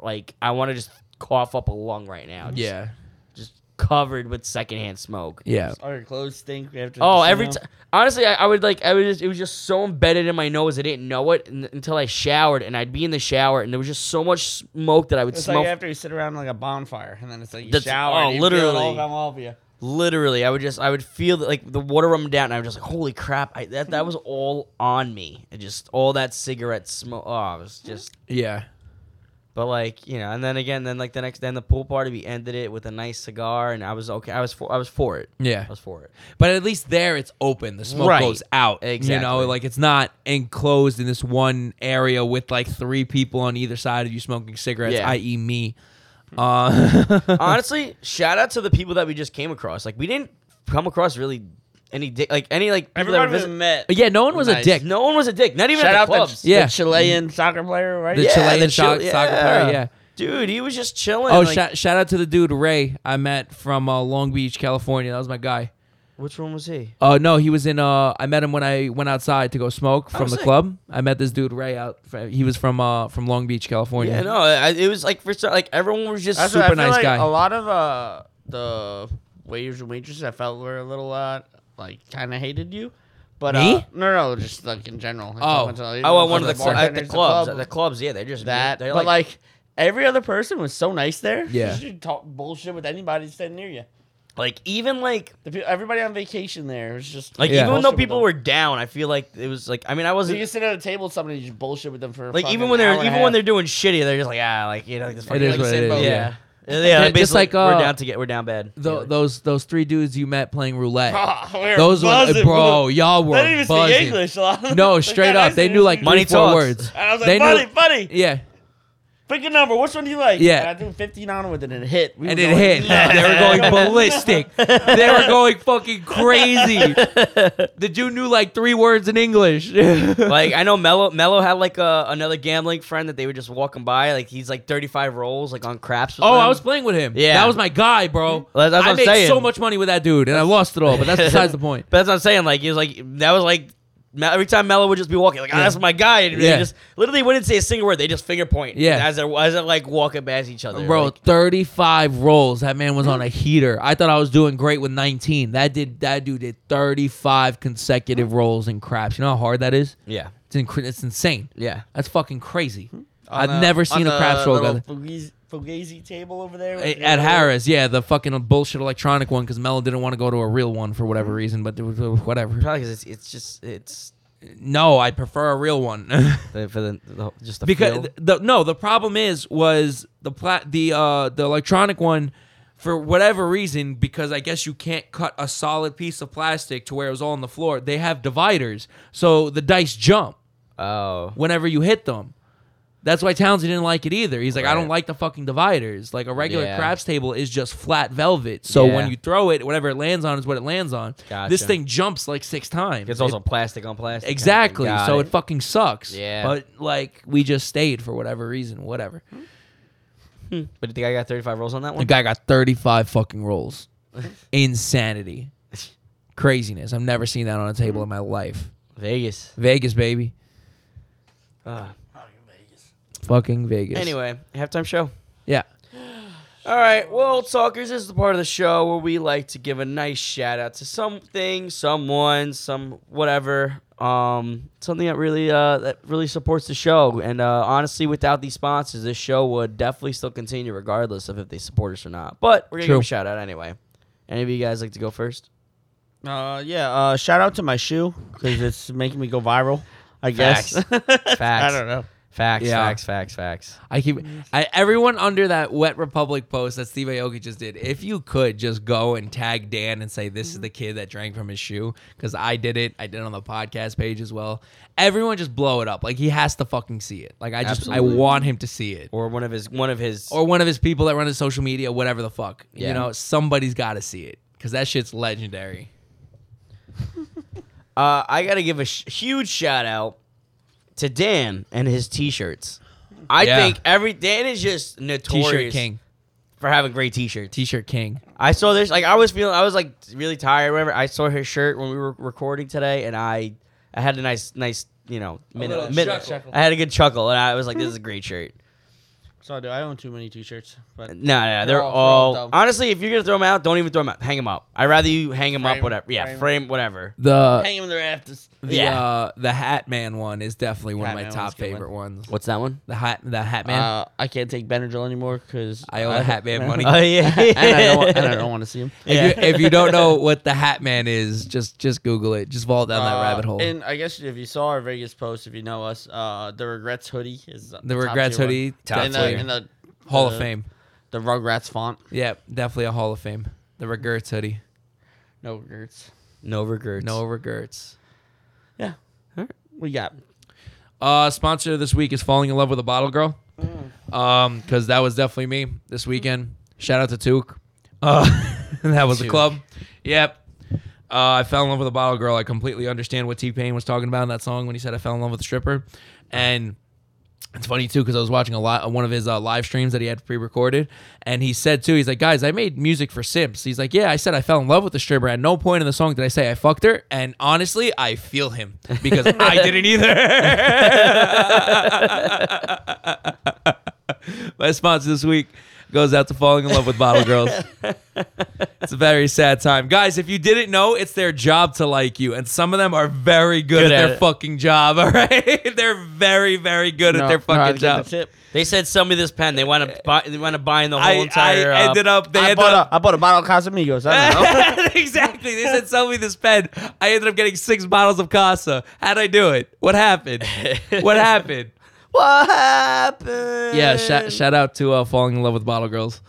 like I want to just cough up a lung right now. Just- Yeah. just covered with secondhand smoke. Yeah. Are your clothes stink after? the Oh, every casino? time. Honestly, I, I would like. I would just. It was just so embedded in my nose. I didn't know it n- until I showered, and I'd be in the shower, and there was just so much smoke that I would It's smell. like after you sit around like a bonfire, and then it's like you That's- shower. oh, and you feel it all literally. come off you. Literally, I would just. I would feel that, like the water running down, and I was just like, "Holy crap!" I, that that was all on me. It just all that cigarette smoke. Oh, it was just. Yeah. But like you know, and then again, then like the next, then the pool party, we ended it with a nice cigar, and I was okay. I was for. I was for it. Yeah. I was for it. But at least there it's open. The smoke Right. goes out. You know, Exactly. like it's not enclosed in this one area with like three people on either side of you smoking cigarettes, Yeah. i.e., me. Uh, [laughs] honestly, shout out to the people that we just came across. Like we didn't come across really any dick, like any like people Everybody that we were visit- met. yeah, no one was a Nice. dick. No one was a dick. Not even Shout at out the clubs. the, Yeah. the Chilean soccer player, right? The Yeah, Chilean the shock, Chile- soccer yeah. player. Yeah. Dude, he was just chilling. Oh, like- shout, shout out to the dude Ray I met from uh, Long Beach, California. That was my guy. which one was he? Oh no, he was in. Uh, I met him when I went outside to go smoke from the sick. club. I met this dude Ray out. He was from uh from Long Beach, California. Yeah, no, I, it was like for like everyone was just That's super. what I super feel nice like guy. A lot of uh, the waiters and waitresses I felt were a little uh, like kind of hated you. But Me? Uh, no, no, just like in general. uh, Oh. Oh, well, one of the, cl- cl- at the bartenders, clubs, club, at the clubs. Yeah, they're just that. They're but like, like every other person was so nice there. Yeah. you should talk bullshit with anybody standing near you. like even like The, pe- everybody on vacation there was just like Yeah. even bullshit though with people them. were down, I feel like it was like I mean I So you wasn't can sit at a table with somebody and just bullshit with them for like fucking even when hour they're and a even when half. they're doing shitty, they're just like ah like you know like this fucking is like, what it Simbo. is, yeah. yeah. Yeah, Just basically, like, we're uh, down to get we're down bad. Tho- Yeah. those those three dudes you met playing roulette. Oh, we [laughs] were those were uh, buzzing. bro, y'all were They didn't even buzzing. speak English. a lot of [laughs] [laughs] No, them. straight I up, they said, knew like Money three, four talks. words. And I was like, they knew- buddy, buddy. Yeah, Pick a number. Which one do you like? Yeah. And I threw 15 on him with it and it hit. We and were it going [laughs] hit. nuts. They were going [laughs] ballistic. They were going fucking crazy. [laughs] The Jew knew like three words in English. [laughs] like I know Mello Mello had like a, another gambling friend that they would just walk him by. Like he's like 35 rolls like on craps. With Oh, them. I was playing with him. Yeah. that was my guy, bro. Well, that's what I I'm made saying. so much money with that dude, and I lost it all. But that's besides [laughs] the point. But that's what I'm saying. Like he was like that was like Me- every time Mello would just be walking like oh, that's my guy. And Yeah. they just literally wouldn't say a single word. They just finger point. Yeah. As they're as they're like walking past each other. Bro, Like, 35 rolls. That man was on a heater. I thought I was doing great with 19. That did that dude did 35 consecutive rolls in craps. You know how hard that is? yeah. It's incre- it's insane. Yeah. That's fucking crazy. I've the- never seen a on craps the roll little go- Fugazi, Fugazi table over there. A- at Harris. Yeah, the fucking bullshit electronic one because Mello didn't want to go to a real one for whatever reason, but it was- it was whatever. Probably because it's it's just it's No, I prefer a real one. [laughs] the, for the, the whole- just the because feel. th- the no the problem is was the plat the uh the electronic one for whatever reason because i guess you can't cut a solid piece of plastic to where it was all on the floor they have dividers so the dice jump oh. whenever you hit them that's why Townsend didn't like it either. He's like, I don't Right. like the fucking dividers. Like a regular Yeah. craps table is just flat velvet. So Yeah. when you throw it, whatever it lands on is what it lands on. This Gotcha. thing jumps like six times. It's also plastic on plastic. kind of thing. Exactly. Got So it. fucking sucks. Yeah. But like we just stayed for whatever reason, whatever. Hmm. But you think I got 35 rolls on that The one? guy got 35 [laughs] fucking rolls. Insanity. Craziness. I've never seen that on a table in my life. Vegas. Vegas, baby. Ah. Fucking Vegas. Anyway, halftime show. Yeah. All right, well, talkers, this is the part of the show where we like to give a nice shout out to something, someone, some whatever, um, something that really uh, that really supports the show. And uh, honestly, without these sponsors, this show would definitely still continue, regardless of if they support us or not. But we're gonna give True. them a shout out anyway. Any of you guys like to go first? Uh, yeah. Uh, shout out to my shoe because it's making me go viral. I guess. [laughs] Facts. I don't know. Facts. Yeah. Facts. Facts. Facts. I keep I, everyone under that Wet Republic post that Steve Aoki just did. If you could just go and tag Dan and say this is the kid that drank from his shoe because I did it. I did it on the podcast page as well. Everyone just blow it up. Like he has to fucking see it. Like I just I want him to see it. Or one of his one of his or one of his people that run his social media, whatever the fuck. You Yeah. know, somebody's got to see it because that shit's legendary. Uh, I gotta give a sh- huge shout out to Dan and his t-shirts. I Yeah. think every Dan is just notorious T-shirt king, for having great t-shirts. T-shirt king. I saw this like I was feeling I was like really tired. or Whatever. I saw his shirt when we were recording today, and I I had a nice nice you know little minute, minute chuckle. I had a good chuckle, and I was like, this is a great shirt. Sorry, dude. I own too many t-shirts. But No, no, no, they're all all, rolled up. honestly. If you're gonna throw them out, don't even throw them out. Hang them up. I'd rather you hang them up. Frame- Whatever. Yeah, frame, frame. whatever. The hang him in the rafters. the yeah. uh, the Hat Man one is definitely one Hat of my Man top one's a good favorite ones. What's that one? The hat the Hat Man. Uh, I can't take Benadryl anymore because I owe the [laughs] Hat Man money. [laughs] Oh yeah. and I don't, and I [laughs] don't want to see him. if, you, if you don't [laughs] know what the Hat Man is, just just Google it. Just fall down that Uh, rabbit hole. And I guess if you saw our Vegas post, if you know us, uh, the regrets hoodie is the top regrets tier one. hoodie, top And the, tier. and the Hall the- of Fame. the Rugrats font. Yeah, definitely a Hall of Fame. The regrets hoodie. No regrets. no regrets. No regrets. We got Uh, sponsor this week is Falling in Love with a Bottle Girl. Mm. Um, because that was definitely me this weekend. Shout out to Took. Uh, [laughs] that was the club. Yep. Uh, I fell in love with a bottle girl. I completely understand what T Pain was talking about in that song when he said I fell in love with a stripper, and it's funny too because I was watching a lot one of his uh, live streams that he had pre-recorded, and he said too, he's like, guys, I made music for Sims. He's like, yeah, I said I fell in love with the stripper. At no point in the song did I say I fucked her, and honestly, I feel him [laughs] because I didn't either. My sponsor this week goes out to falling in love with bottle girls. [laughs] it's a very sad time, guys. If you didn't know, it's their job to like you, and some of them are very good, Good at, at their it. fucking job. [laughs] All right, they're very, very good at their fucking job. They said, "Sell me this pen." They want to buy. They want to buy in the whole I, entire. uh, I ended up. They I ended bought, up. a, I bought a bottle of Casamigos. I [laughs] don't know. exactly. They said, "Sell me this pen." I ended up getting six bottles of Casa. How'd I do it? What happened? What happened? what happened? Yeah, shout, shout out to uh, falling in love with bottle girls.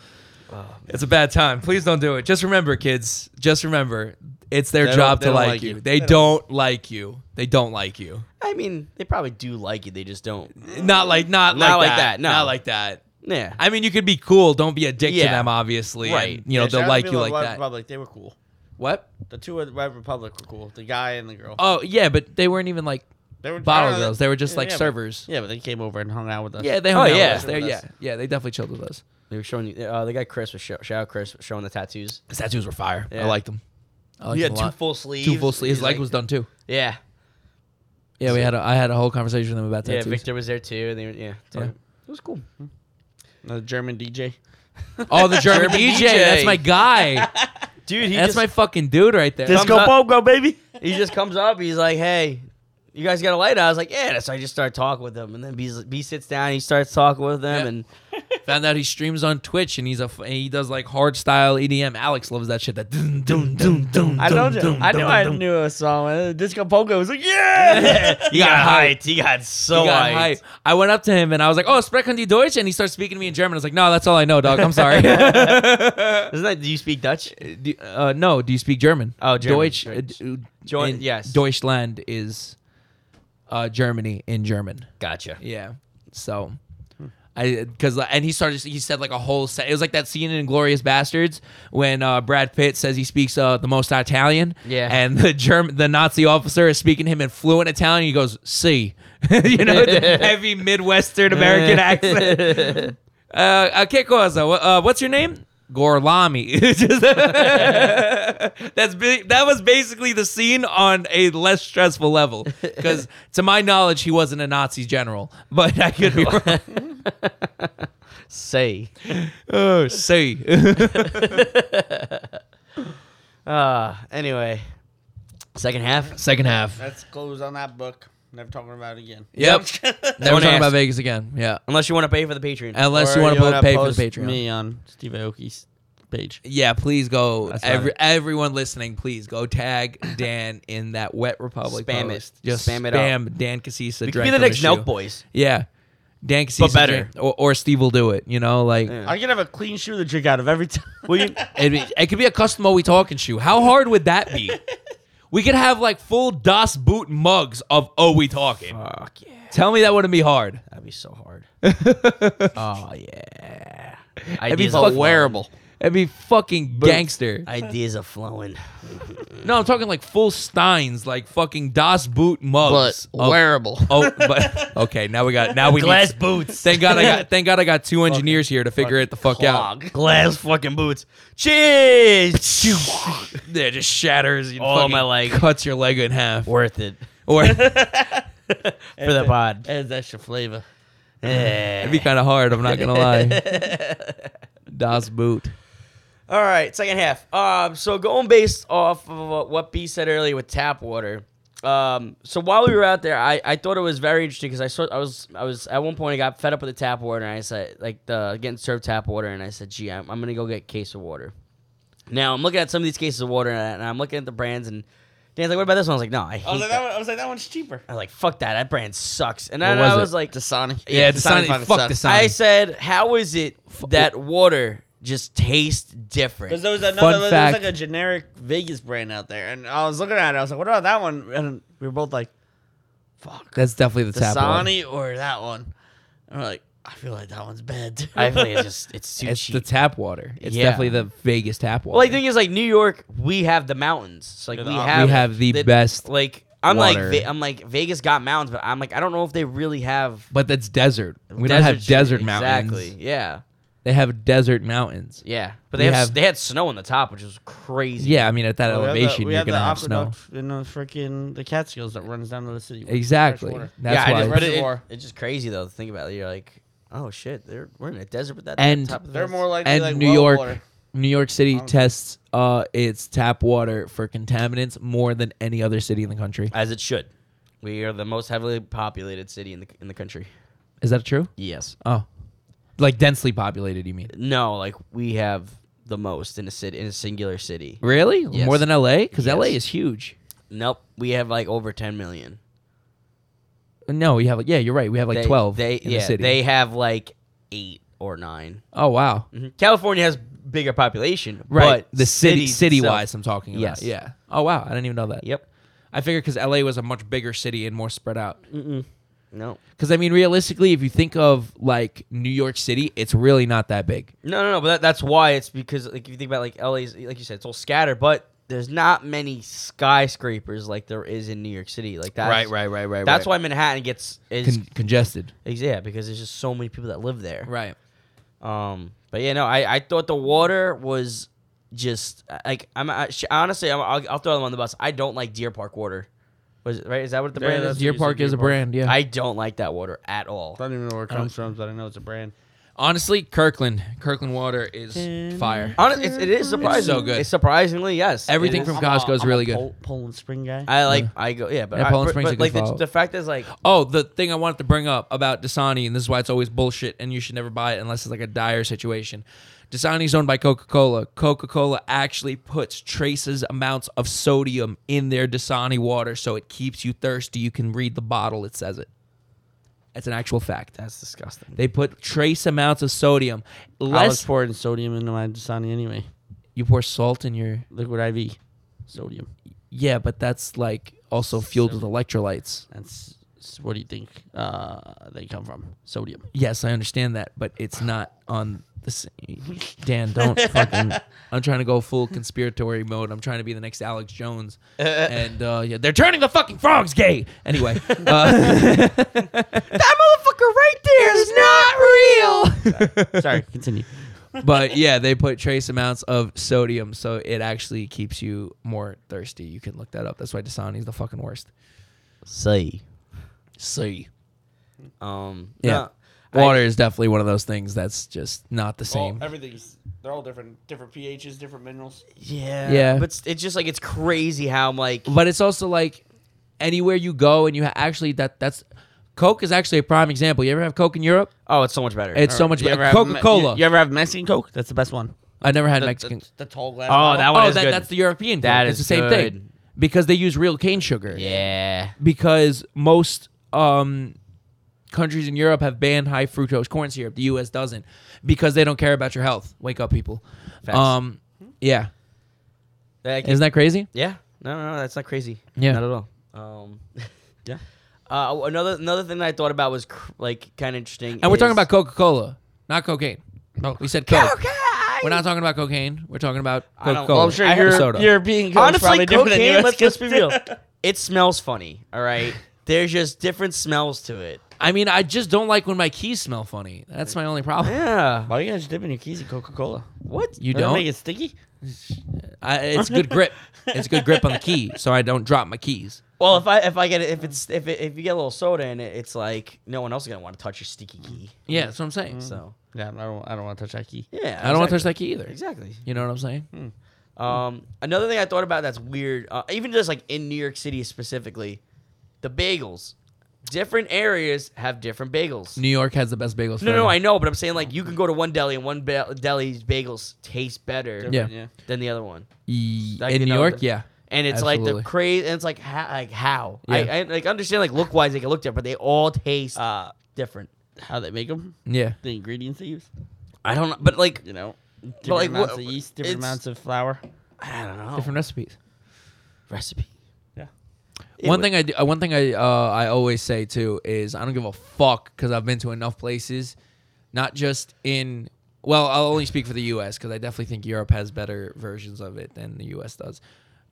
It's a bad time. Please don't do it. Just remember, kids. Just remember, it's their They don't- job they to don't like, like you. you. They, don't, like you. They don't like you. I mean, they probably do like it. They just don't. Not like not, Not like like that. that, no. Not like that. Yeah. I mean, you could be cool. Don't be a dick to Yeah. them, obviously. Right. And, you shout know, out they'll to like people you at like Web that. Republic, they were cool. What? The two at Web Republic were cool. The guy and the girl. Oh yeah, but they weren't even like they were bottle uh, girls. They were just yeah, like yeah, but- servers. Yeah, but they came over and hung out with us. Yeah, they Oh, hung out yeah. with us. They- With yeah, us. yeah, they definitely chilled with us. They were showing you. Uh, the guy Chris was show, shout out Chris was showing the tattoos. His tattoos were fire. I Yeah. liked them. I liked He had them Oh, a two lot. full sleeves. Two full sleeves. His He's leg like- was done too. Yeah. Yeah, we had. A, I had a whole conversation with him about Yeah. tattoos. Victor was there too. And they were, yeah. Yeah. It was cool. The German DJ. Oh, the German DJ. That's my guy. Dude, he That's just my fucking dude right there. This- Disco Thumbs up. Pogo, baby. he just comes up. He's like, "Hey, you guys got a light?" I was like, "Yeah." So I just start talking with him, and then B, B sits down. He starts talking with them, Yeah. and [laughs] Found out he streams on Twitch and he's a f- and he does like hard style EDM. Alex loves that shit. That dun, dun, dun, dun, I told dun, you. dun, I knew dun, I dun. knew a song. Uh, Disco Pogo was like, [laughs] yeah. he got hyped. He got so He got hype. I went up to him and I was like, "Oh, sprechen die Deutsch?" And he starts speaking to me in German. I was like, "No, that's all I know, dog. [laughs] I'm [laughs] sorry." Isn't that? Do you speak Dutch? Do- uh, no, do you speak German? Oh, German. Deutsch. Deutsch. uh, Joy- in- yes. Deutschland is uh, Germany in German. Gotcha. Yeah. So, Hmm. I because and he started he said like a whole set. It was like that scene in Inglorious Bastards when uh, Brad Pitt says he speaks uh, the most Italian. Yeah. And the German the Nazi officer is speaking him in fluent Italian. He goes, "See," [laughs] you [laughs] know, the heavy Midwestern American accent. Uh, uh, que cosa? Wha- Uh, what's your name? Gorlami. Just- [laughs] That's big, that was basically the scene on a less stressful level because, to my knowledge, he wasn't a Nazi general, but I [laughs] could be wrong. Say. [laughs] Oh, see. Uh, anyway, second half. [laughs] Second half. Let's close on that book. Never talking about it again. [laughs] Yep. Never Don't talking about ask. Vegas again. Yeah. Unless you want to pay for the Patreon. Unless Or you want wanna to pay for post the Patreon. Me on Steve Aoki's page. Yeah, please go. That's Every, right. everyone listening, please go tag Dan in that Wet Republic. Spam it. post. Just spam, Spam it Dan Casisa. we could be the next Nelk [laughs] Boys. Yeah. Dan Casisa. better. drink- Or, or Steve will do it. You know, like I can have a clean shoe to drink out of every time. it'd be- it could be a custom we talking shoe. How hard would that be? we could have like full Das Boot mugs of Oh We Talking. Fuck yeah. Tell me that wouldn't be hard. That'd be so [laughs] hard. oh yeah. be Ideas are fucking- wearable. That'd be fucking gangster. Ideas are flowing. No, I'm talking like full Steins, like fucking Das Boot mugs. of- wearable. Oh, but [laughs] okay. Now we got. Now we Glass need, boots. Thank God [laughs] I got. Thank God I got two engineers here to figure it the fuck [laughs] out. Clog. Glass fucking boots. Cheers. Yeah, just shatters. You Oh, fucking my leg. cuts your leg in half. Or, Worth it [laughs] for the pod. Adds extra flavor. Yeah. it'd be kind of hard. I'm not [laughs] gonna lie. Das Boot. All right, second half. Um, so going based off of what- what B said earlier with tap water. Um, so while we were out there, I, I thought it was very interesting because I saw I was I was at one point I got fed up with the tap water and I said like the getting served tap water and I said gee I'm, I'm gonna go get a case of water. Now I'm looking at some of these cases of water and, I, am looking at the brands and Dan's like what about this one I was like no I [laughs] hate I was, like, that. that one, I was like, that one's cheaper. I was like fuck that that brand sucks and then was I it? was like Dasani. Yeah, Dasani. Fuck Dasani. I said how is it that water just tastes different Because there was another, Fun there was fact. like a generic Vegas brand out there, and I was looking at it. I was like, what about that one? And we were both like, fuck, That's definitely the tap. one. Dasani or that one. And we're like, I feel like that one's bad. Too. I feel like [laughs] it's just it's too It's cheap. the tap water. It's Yeah. definitely the Vegas tap water. well, like the thing is, like New York, we have the mountains. So, like Yeah, we the op- have we have the best, Like I'm water. like Ve- I'm like Vegas got mountains, but I'm like I don't know if they really have. but that's desert. We don't have shit. desert mountains. Exactly. Yeah. They have desert mountains. Yeah. But they We have, s- have- they had snow on the top, which was crazy. Yeah, I mean at that Well, we have the- elevation, we you're have gonna the have snow. aqueduct in the freaking the Catskills that runs down to the city. Exactly. water. That's yeah, I why. just- but it- Reservoir. it's just crazy though. to Think about it. You're like, oh shit, they're we're in a desert with that. And- top of They're this. more likely and like New well York, water. New York City tests uh, its tap water for contaminants more than any other city in the country. as it should. We are the most heavily populated city in the in the country. Is that true? Yes. Oh, like densely populated? You mean No, like we have the most in a city in a singular city. really more Yes. than L.A. Because Yes. L.A. is huge. Nope, we have like over 10 million. No, you have like yeah, you're right. We have like They- twelve They in yeah, the city. they have like eight or nine. Mm-hmm. oh wow, California has bigger population, Right. But the city, city itself- wise, I'm talking about. Yes. Yeah. Oh wow, I didn't even know that. Yep. I figured because LA was a much bigger city and more spread out. No. Because I mean, realistically, if you think of like New York City, it's really not that big. No, no, no. But that, that's why it's because like if you think about like LA's, like you said, it's all scattered, but there's not many skyscrapers like there is in New York City. Like that's right, right, right. That's why Manhattan gets is Con- congested. yeah because there's just so many people that live there. Right. Um, but yeah, no, I, I thought the water was just uh, like I'm I, sh- honestly I'm, I'll, I'll throw them on the bus. I don't like Deer Park water. Was it, right? Is that what the Yeah, brand that's is? Deer you said, Park Deer is a Park. brand. Yeah. I don't like that water at all. I don't even know where it comes from, but I know it's a brand. Honestly, Kirkland, Kirkland water is fire. Honestly, it is surprising. so good. It's surprisingly yes. it Everything is. from I'm a- Costco is I'm a really good. Pol- Poland Spring guy. I like I go yeah, but, Yeah, I, Poland but, Springs is a but like good the, follow-up. the fact is like Oh, the thing I wanted to bring up about Dasani, and this is why it's always bullshit, and you should never buy it unless it's like a dire situation. Dasani's owned by Coca Cola. Coca Cola actually puts traces amounts of sodium in their Dasani water, so it keeps you thirsty. You can read the bottle; it says it. That's an actual fact. that's disgusting. They put trace amounts of sodium. I was Less pouring sodium into my Dasani anyway. you pour salt in your Liquid IV, sodium. yeah, but that's like also fueled with electrolytes. That's s- what do you think uh, they come from? [laughs] Sodium. Yes, I understand that, but it's not on the same. Dan, [laughs] don't fucking. I'm trying to go full conspiratory mode. I'm trying to be the next Alex [laughs] Jones, and uh, yeah, they're turning the fucking frogs gay. [laughs] Anyway, uh, that motherfucker right there is not real. Sorry, continue. [laughs] but yeah, they put trace amounts of sodium, so it actually keeps you more thirsty. You can look that up. That's why Dasani's the fucking worst. Say. See, Um Yeah. no, I- water is definitely one of those things that's just not the same. everything's they're all different, different pHs, different minerals. yeah. Yeah. But it's- it's just like it's crazy how I'm like but it's also like anywhere you go and you ha- actually that that's Coke is actually a prime example. You ever have Coke in Europe? oh it's so much better. It's so much better. Coca Cola. You, you ever have Mexican Coke? That's the best one. I never had Mexican. The tall glass. oh that one oh, is that, good. that's the European. Coke. That it's is the same good. thing because they use real cane sugar. yeah. Because most um, countries in Europe have banned high fructose corn syrup. The U.S. doesn't because they don't care about your health. Wake up, people. Facts. Um, yeah, Like, isn't that crazy? Yeah. No, no, no. That's not crazy. Yeah. Not at all. Um, [laughs] yeah. Uh, another another thing that I thought about was cr- like kind of interesting. And we're is- talking Oh, about Coca Cola, not cocaine. No, we said Coke. We're not talking about cocaine. We're talking about I don't- Coca well, Cola. I'm sure [laughs] you're soda. European Coke. honestly cocaine. US Let's, let's be real. [laughs] It smells funny. All [laughs] right. There's just different smells to it. I mean, I just don't like when my keys smell funny. That's my only Eh? problem. Yeah. Why are you guys dipping your keys in Coca Cola? What? You Doesn't that make don't. it sticky? [laughs] I, it's good grip. It's good grip on the key, so I don't drop my keys. Well, if I if I get it, if it's if it, if you get a little soda in it, it's like no one else is gonna want to touch your sticky key. Yeah, that's what I'm saying. So So Yeah, I don't. I don't want to touch that key. yeah. Mm. I don't want to Mm-hmm. exactly. touch that key either. Exactly. You know what I'm saying? Um, another thing I thought about that's weird, uh, even just like in New York City specifically, the bagels. Different areas have different bagels. New York has the best bagels. No, no, forever. I know, but I'm saying like you can go to one deli and one ba- deli's bagels taste better Yeah. than the other one, Ye- Like, in you New know, York, the- yeah. and it's like Absolutely. the crazy, and it's like how, like how Yeah. I, I like understand like look wise they can look different, but they all taste Uh, different. how they make them? Yeah. The ingredients they use? I don't know, but like You know, different like, amounts what- of yeast, different it's- amounts of flour. I don't know Different recipes. recipe. Yeah. It one would- thing I do, uh, one thing I uh, I always say too is I don't give a fuck because I've been to enough places, not just in. Well, I'll only speak for the U.S. because I definitely think Europe has better versions of it than the U.S. does.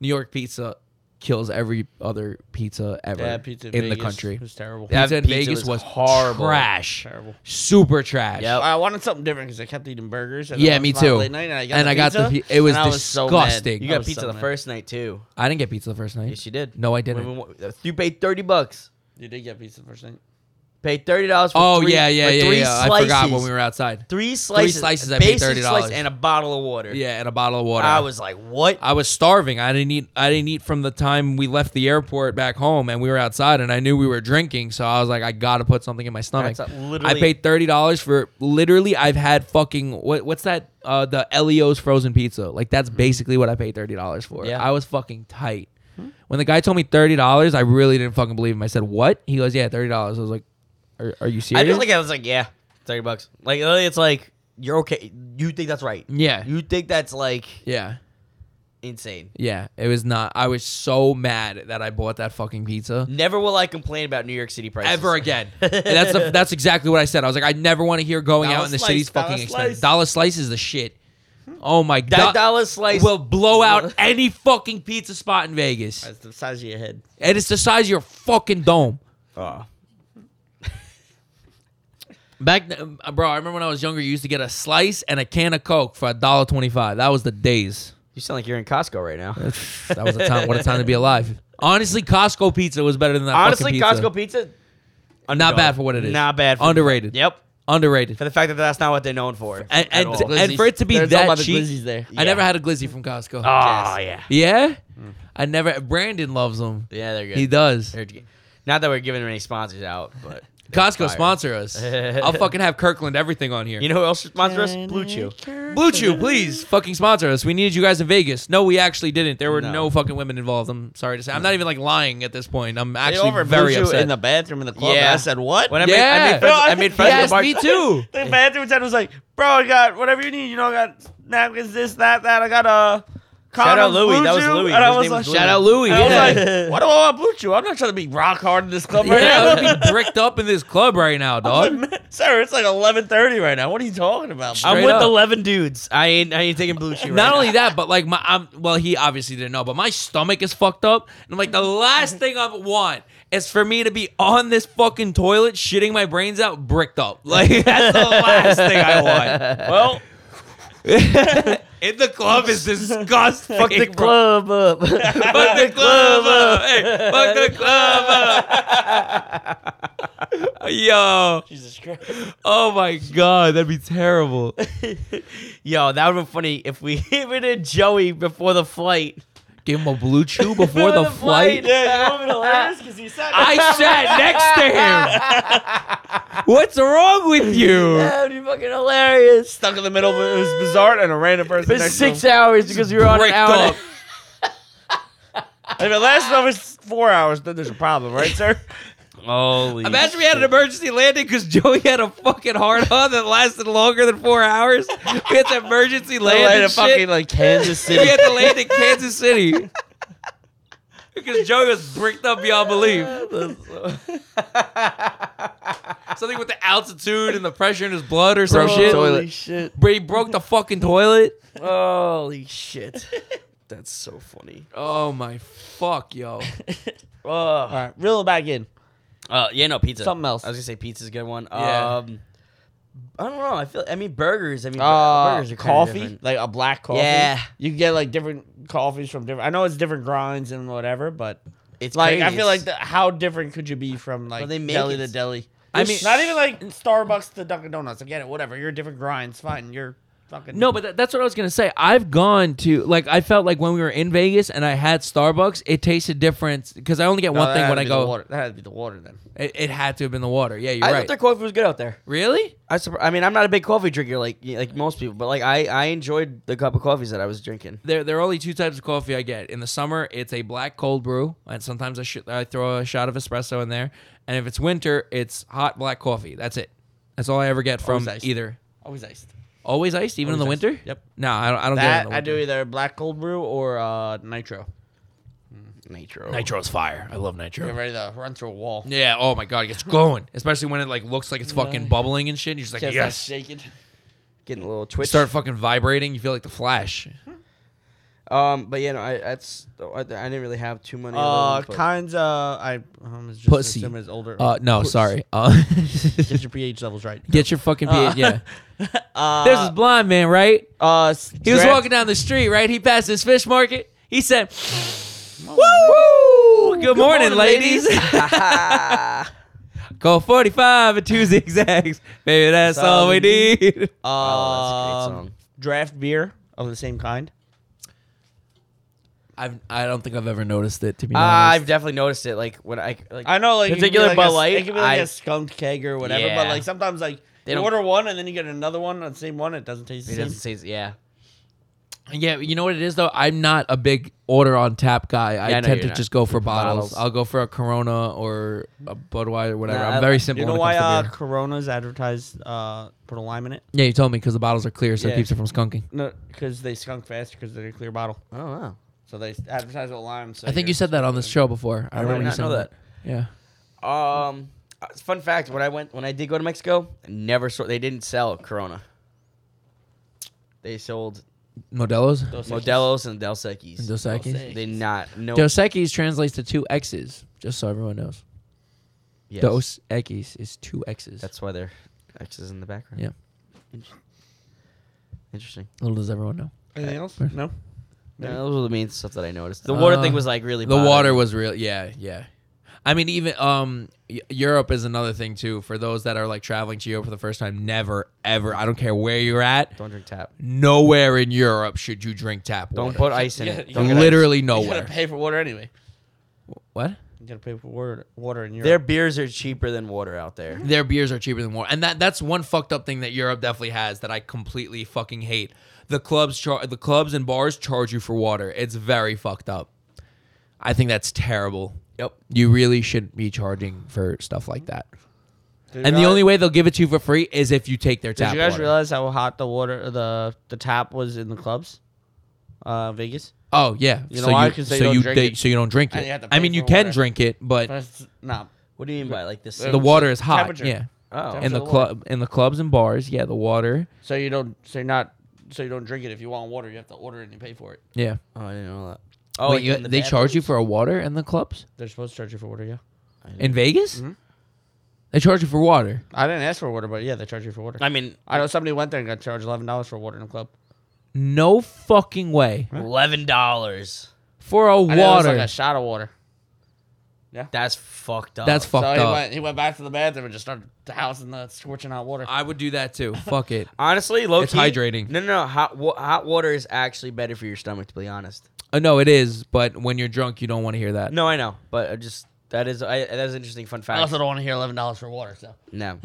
New York pizza kills every other pizza ever in the country. It's terrible. Pizza That in pizza Vegas was was horrible. trash, Terrible. super trash. Yep. I wanted something different because I kept eating burgers. And Yeah, I was me out too. Late night and I got And the I got the pizza, pi- it was and I so mad. disgusting. you I got was pizza so the mad. first night too. I didn't get pizza the first night. Yes, you did. No, I didn't. When we wa- you paid thirty bucks. You did get pizza the first night. Paid thirty dollars. oh three, yeah, yeah, for yeah, three yeah. Slices, I forgot when we were outside. three slices. slices, a I paid basic $30. slice and a bottle of water. Yeah, and a bottle of water. I was like, what? I was starving. I didn't eat. I didn't eat from the time we left the airport back home, and we were outside, and I knew we were drinking, so I was like, I gotta put something in my stomach. That's a- I literally- paid thirty dollars for literally. I've had fucking what, what's that? Uh, the Elio's frozen pizza. Like that's basically what I paid thirty dollars for. Hmm. Yeah. Hmm. I was fucking tight. When the guy told me thirty dollars, I really didn't fucking believe him. I said, "What?" He goes, "Yeah, thirty dollars." I was like, "Are, are you serious?" I just like I was like, yeah, thirty bucks. Like literally, it's like you're okay. You think that's right. Yeah. You think that's like Yeah. insane. Yeah. It was not. I was so mad that I bought that fucking pizza. Never will I complain about New York City prices Ever [laughs] again. And that's [laughs] the- that's exactly what I said. I was like, I never want to hear going out Dollar in the slice, city's dollar fucking slice. Hmm. expensive. Dollar slice is the shit. Oh my That god. dollar slice will blow [laughs] out any fucking pizza spot in Vegas. That's the size of your head. And it's the size of your fucking dome. Oh, Back, th- uh, bro. I remember when I was younger, you used to get a slice and a can of Coke for a dollar twenty-five. That was [laughs] the days. You sound like you're in Costco right now. That was a time. what a time to be alive. Honestly, Costco pizza was better than that. Honestly, fucking pizza. Costco pizza, not bad for what it is. Not bad for- Underrated. Yep. Underrated. For the fact that that's not what they're known for. And at and, all. and for it to be There's all that about the cheap, glizzies there. I never had a glizzy from Costco. Oh yeah. yeah, Hmm. I never. Brandon loves them. Yeah, they're good. He does. They're good. Not that we're giving any sponsors out, [laughs] but Costco fire. sponsor [laughs] us. I'll fucking have Kirkland everything on here. you know who else should sponsor us? Blue Chew. Blue Chew, please fucking sponsor us. We needed you guys in Vegas. No, we actually didn't. There were no, No. fucking women involved. I'm sorry to say. I'm not even like lying at this point. I'm They actually over very Blue Chew upset. in the bathroom in the club. Yeah. and I said what? When I made, yeah, I made friends, I [laughs] made he friends with asked Mark- [laughs] me too. The bathroom attendant was like, "Bro, I got whatever you need. You know, I got napkins, this, that, that. I got a." Shout out condoms, Louis. Blue That was Chew." Louis. And I His was name was like, Louis. Shout out Louis. I was yeah. like, "What do I want Blue Chew? I'm not trying to be rock hard in this club right [laughs] [laughs] Yeah, now." I'm gonna [laughs] be bricked up in this club right [laughs] now, dog. Sir, it's like 11:30 right now. What are you talking about? I'm I'm straight with up. eleven dudes. I ain't I ain't taking Blue Chew. Not right only now. that, but like my, I'm well, he obviously didn't know, but my stomach is fucked up, and I'm like, the last thing I want is for me to be on this fucking toilet shitting my brains out, bricked up. [laughs] Like that's the last thing I want. [laughs] well, In the club is disgusting. [laughs] Fuck the club [laughs] up. Fuck the club up. Hey, fuck the club up. Yo. Jesus Christ. Oh my God. That'd be terrible. Yo, that would have been funny if we [laughs] even did Joey before the flight. Give him a blue chew [laughs] before the flight. Yeah, you want me to hilarious? Because he said, I sat next to him. What's wrong with you? That would be fucking hilarious. [laughs] stuck in the middle, but it was bizarre and a random person Been next six to him. hours because we were on an Bricked hour. up. If it lasts over four hours, then there's a problem, right, sir? Holy Imagine we had an emergency landing because Joey had a fucking hard on that lasted longer than four hours. We had to emergency land. Like a and fucking shit. like Kansas We City. had to [laughs] [laughs] land in Kansas City because Joey was bricked up [laughs] beyond belief. Something with the altitude and the pressure in his [laughs] blood or some Broke shit. the toilet. Holy shit. But he broke the fucking toilet. Holy [laughs] shit. That's so funny. Oh my fuck, yo. Oh. All right, reel it back in. Uh, yeah, no pizza. Something else. I was gonna say pizza's a good one. Yeah. Um, I don't know. I feel. I mean, burgers. I mean, bur- Uh, burgers are kinda coffee, different. like a black coffee. Yeah. you can get like different coffees from different. I know it's different grinds and whatever, but It's like I crazy. feel like the, how different could you be from like But they make deli it. to deli? I mean, Not even like Starbucks to Dunkin' Donuts. I get it. Whatever. You're different grinds. Fine. You're fucking No, but that, that's what I was gonna say. I've gone to like I felt like when we were in Vegas and I had Starbucks, it tasted different because I only get No, one that thing had when to I be the go. water. That had to be the water then. It, it had to have been the water. Yeah, you're I right. thought their coffee was good out there. Really? I, surpri- I mean, I'm not a big coffee drinker like y- like most people, but like I, I enjoyed the cup of coffees that I was drinking. There, there are only two types of coffee I get. In the summer, it's a black cold brew, and sometimes I, sh- I throw a shot of espresso in there. And if it's winter, it's hot black coffee. That's it. That's all I ever get from Always iced. either. Always iced. Always iced, even in the Always iced. winter. Yep. No, I don't. I don't get it in That the I do winter. either black cold brew or uh, nitro. Nitro. Nitro's fire. I love nitro. Get ready to run through a wall. Yeah. Oh my god, it gets going. Especially when it like looks like it's fucking bubbling and shit. You're just like, Just, like, yes. shaking. Getting a little twitch. Start fucking vibrating. You feel like the [laughs] Flash. Um, but yeah, no, I that's oh, I, I didn't really have too many. Uh, Uh, kinds. Uh, I um, it's just Pussy. assume it's older. Uh, no, Puss. sorry. Uh, [laughs] Get your pH levels right. get your fucking pH. [laughs] Yeah. Uh, There's this blind man, right? Oh, uh, s- He was draft- walking down the street, right? He passed this fish market. He said, "Woo, good, morning, ladies. [laughs] Go 45 and [laughs] two zigzags. Baby, that's all we need." Oh, that's a great um, song. Draft beer of the same kind. I've, I don't think I've ever noticed it to be I've definitely noticed it. Like when I like I know, like it could be Particular like Bud a- Light, It could be like I- a skunked keg or whatever. Yeah. But like sometimes, like They you don't- order one and then you get another one on the same one. It doesn't taste the it same. doesn't say yeah. Yeah, you know what it is though. I'm not a big order on tap guy. I Yeah, I know tend you're to not. just go for bottles. Bottles. I'll go for a Corona or a Budweiser, whatever. Nah, I- I'm very simple. You know when why it comes to uh, beer. Corona's advertised uh, put a lime in it? Yeah, you told me because the bottles are clear, so it Yeah. keeps it from skunking. No, because they skunk faster because they're a clear bottle. Oh wow. So they advertise with lime. So I think you're- you said that on this show before. I, did remember you not said know that. Yeah. Um, uh, fun fact: when I went, when I did go to Mexico, I never saw they didn't sell Corona. They sold Modelo's. Modelo's and Dos Equis. And Dos Equis? They not no. Dos Equis translates to two X's, just so everyone knows. Yes. Dos Equis is two X's. That's why their X is in the background. Yeah. Inter- Interesting. Little does everyone know. Anything else? Uh, No. Yeah, those were the main stuff that I noticed. The water Uh, thing was like really. The bothering water me. was real. Yeah, yeah. I mean, even um, y- Europe is another thing too. For those that are like traveling to Europe for the first time, never, ever. I don't care where you're at. Don't drink [laughs] tap. Nowhere in Europe should you drink tap Don't water. put ice in it. you Don't gotta- get ice. Literally You gotta nowhere. pay for water anyway. What? You gotta pay for water, water in Europe. Their beers are cheaper than water out there. Their beers are cheaper than water, and that that's one fucked up thing that Europe definitely has that I completely fucking hate. The clubs char- the clubs and bars charge you for water. It's very fucked up. I think that's terrible. Yep. You really shouldn't be charging for stuff like that. and the only way they'll give it to you for free is if you take their Did tap you guys water. realize how hot the water, the the tap was in the clubs? Uh, Vegas. Oh yeah. You know so why? you 'Cause they so don't you drink they, it. so you don't drink And you have it. to I pay mean, you for can water. drink it, but But it's not. What do you mean by like this? the water is hot. temperature. Yeah. Oh. In the club, in the clubs and bars, yeah, the water, So you don't. So you're not. So you don't drink it. If you want water, you have to order it and you pay for it. yeah. oh, I didn't know that. Oh, like in the they charge you bathrooms? for a water in the clubs They're supposed to charge you for water, yeah. in Vegas. Mm-hmm. They charge you for water. I didn't ask for water, but yeah, they charge you for water. I mean, I know somebody went there and got charged eleven dollars for water in a club. No fucking way eleven dollars. for a I know it's water. like a shot of water. That's fucked up. That's fucked so he up. went. He went back to the bathroom and just started housing the scorching hot water. I would do that too. Fuck it. [laughs] honestly low. It's key- hydrating. No, no, no. Hot, wa- hot water is actually better for your stomach, to be honest. Uh, no, it is. But when you're drunk, you don't want to hear that. No, I know, but I just that is I, that is an interesting fun I fact. also don't want to hear eleven dollars for water. So no,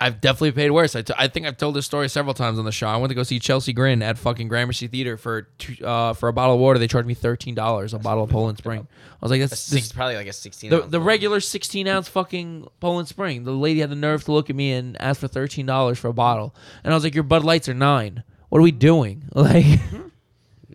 I've definitely paid worse. I, t- I think I've told this story several times on the show. I went to go see Chelsea Grin at fucking Gramercy Theater for two, uh, for a bottle of water. They charged me thirteen dollars a bottle of Poland Spring. I was like, a that's six, this, probably like a sixteen. the ounce the bottle. regular sixteen ounce fucking Poland Spring. The lady had the nerve to look at me and ask for thirteen dollars for a bottle, and I was like, your Bud Lights are nine. What are we doing? [laughs] Like,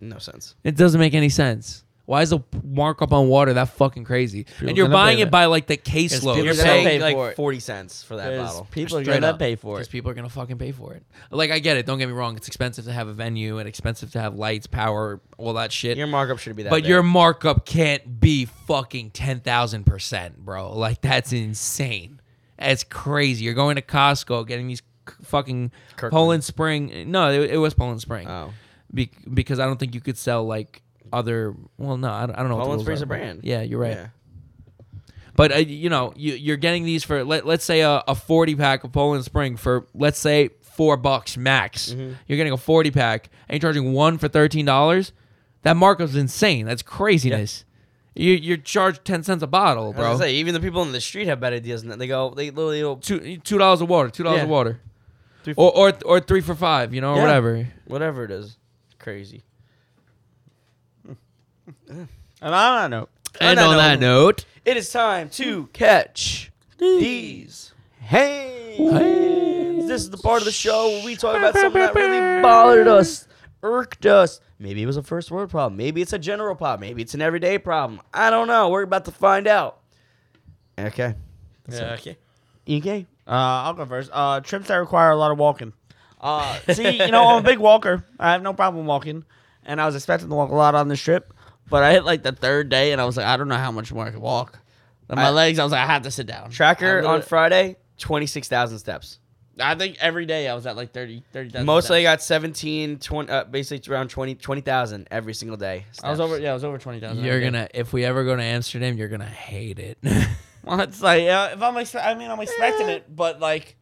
No sense. it doesn't make any sense. Why is the markup on water that fucking crazy? and gonna you're pay buying it that. by like the caseload. You're You're gonna pay paying for like it. forty cents for that Because bottle. people are Straight gonna up. pay for it. Because people are gonna fucking pay for it. Like I get it. Don't get me wrong. It's expensive to have a venue and expensive to have lights, power, all that shit. Your markup should be that. Oh. but big. your markup can't be fucking ten thousand percent, bro. Like that's insane. That's crazy. You're going to Costco, getting these c- fucking Kirkland. Poland Spring. No, it, it was Poland Spring. oh, Be- because I don't think you could sell like other. Well, no, I don't, I don't know. what the Poland rules Spring's are, a but- brand. Yeah, you're right. yeah. But uh, you know, you, you're getting these for let, let's say a, a 40 pack of Poland Spring for let's say four bucks max. You're getting a 40 pack and you're charging one for thirteen dollars. That markup's insane. That's craziness. You you're charged ten cents a bottle, I was bro. gonna say, even the people in the street have better deals than that. They go, they literally go, Two two dollars of water, two dollars Yeah. of water, Three for- or, or or three for five, you know, or Yeah. whatever. whatever it is. Crazy. And I don't know. And no, on no. that note, It is time to catch these hands. This is the part of the show where we talk about something that really bothered us, irked us. Maybe it was a first world problem. Maybe it's a general problem. Maybe it's an everyday problem. I don't know. We're about to find out. Okay. Yeah, okay. Okay. Uh, I'll go first. Uh, trips that require a lot of walking. [laughs] Uh, see, you know, [laughs] I'm a big walker. I have no problem walking, and I was expecting to walk a lot on this trip, but I hit like the third day, and I was like, I don't know how much more I can walk. And my I- legs, I was like, I have to sit down. Tracker I on literally- Friday, 26,000 steps. I think every day I was at like 30, 30,000 Mostly I steps. got 17, 20, uh, basically around 20 20,000 every single day. I was steps. over. Yeah, I was over twenty thousand. you're gonna if we ever go to Amsterdam, you're gonna hate it. [laughs] [laughs] Well, it's like uh, if I'm. Expe- I mean, I'm expecting it, but like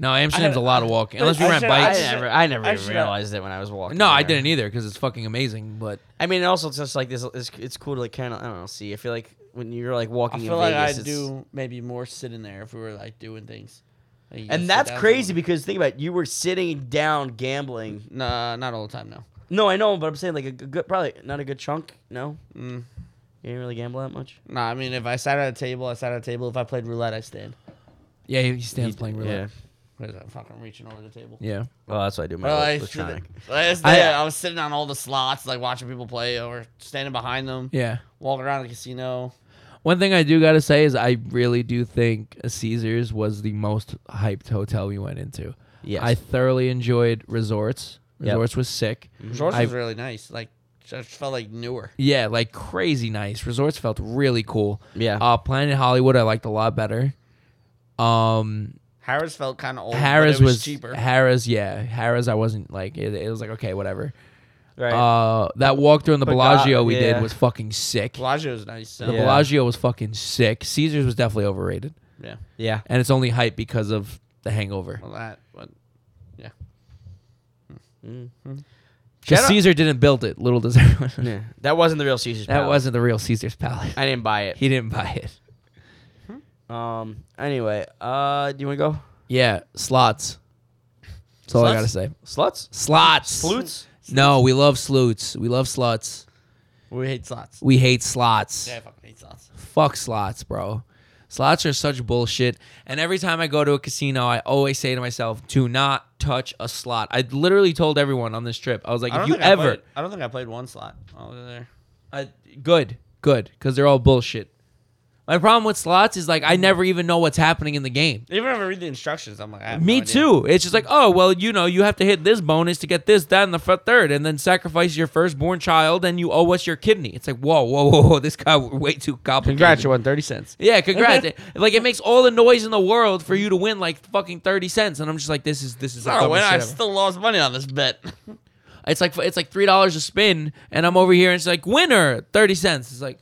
no, Amsterdam's a lot of walking unless you I rent should- I bikes. should- I never I even should- realized it when I was walking. No, I there. didn't either because it's fucking amazing. But I mean, also it's just like this. It's, it's cool to like kind of I don't know. See, I feel like when you're like I walking feel in like Vegas, I'd it's- do maybe more sitting there if we were like doing things. Like, you sit and that's down crazy somewhere. because think about it, you were sitting down gambling. Nah, not all the time. No, No, I know, but I'm saying like a g- good, probably not a good chunk. No, Mm. you didn't really gamble that much. Nah, I mean, if I sat at a table, I sat at a table. If I played roulette, I stand. Yeah, he he stands playing roulette. What is that? Fucking reaching over the table. Yeah. Well, that's what I do. Well, Oh, I, sit- I, was there, I was sitting on all the slots, like watching people play or standing behind them, Yeah. walking around the casino. One thing I do gotta say is I really do think Caesars was the most hyped hotel we went into. Yes. I thoroughly enjoyed resorts. Yep. Resorts was sick. George I- was really nice. Like, just felt like newer. Yeah, like crazy nice. Resorts felt really cool. Yeah. Uh, Planet Hollywood I liked a lot better. Um, Harris felt kind of old. but Harris it was, was cheaper. Harris, yeah, Harris. I wasn't like it, it was like okay, whatever. right. Uh, that walk through in the But Bellagio God, we yeah. did was fucking sick. Bellagio was nice. So. The Yeah. Bellagio was fucking sick. Caesars was definitely overrated, yeah. yeah. and it's only hype because of the Hangover. Well, that. But Because Mm. Shout out- Caesar didn't build it. Little does everyone. know. Yeah. That wasn't the real Caesar's. [laughs] That Palace. wasn't the real Caesar's Palace. I didn't buy it. [laughs] He didn't buy it. Um. Anyway. Uh. Do you want to go? Yeah, slots. That's all I Sluts? gotta say. Sluts. Slots. Flutes. No, we love sleuts. We love sluts. we hate slots. We hate slots. Yeah, I fucking hate slots. Fuck slots, bro. Slots are such bullshit. And every time I go to a casino, I always say to myself, do not touch a slot. I literally told everyone on this trip, I was like, I if don't you think I ever. played- I don't think I played one slot. while I was there. I, good, good, because they're all bullshit. My problem with slots is like, Mm. I never even know what's happening in the game. Even if I read the instructions, I'm like, I have Me no idea. too. It's just like, oh well, you know, you have to hit this bonus to get this, that, and the f- third, and then sacrifice your firstborn child, and you owe us your kidney. It's like, whoa, whoa, [laughs] whoa, whoa, this guy way too complicated. Congrats, you won thirty cents. Yeah, congrats. like it makes all the noise in the world for you to win like fucking thirty cents, and I'm just like, this is this is. the Oh, dumbest when shit I ever. still lost money on this [laughs] bet. it's like it's like three dollars a spin, and I'm over here, and it's like winner thirty cents. It's like,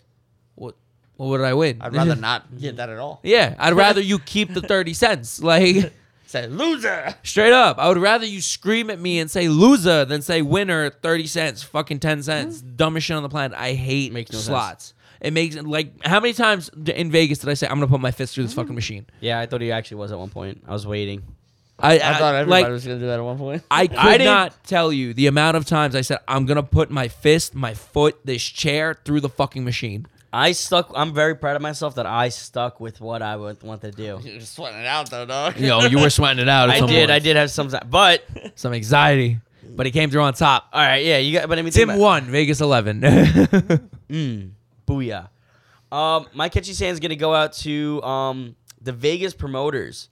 what? What would I win? I'd [laughs] rather not get that at all. Yeah, I'd rather you keep the thirty cents. Like. [laughs] Say loser. Straight up, I would rather you scream at me and say loser than say winner thirty cents, fucking ten cents, dumbest shit on the planet. I hate Makes no slots. It makes like how many times d- in Vegas did I say I'm gonna put my fist through this fucking machine? Yeah. I thought he actually was at one point. I was waiting. I, I thought everybody like was gonna do that at one point. I could I didn't- not tell you the amount of times I said I'm gonna put my fist, my foot, this chair through the fucking machine. I stuck. I'm very proud of myself that I stuck with what I would want to do. You're sweating it out though, dog. Yo, [laughs] you were sweating it out. at I some did. point. I did have some, [laughs] but some anxiety, but he came through on top. all right. Yeah. You got. But I mean, think Tim about- won, Vegas eleven. Mm, booyah. Um, my catchy sand's gonna go out to um the Vegas promoters.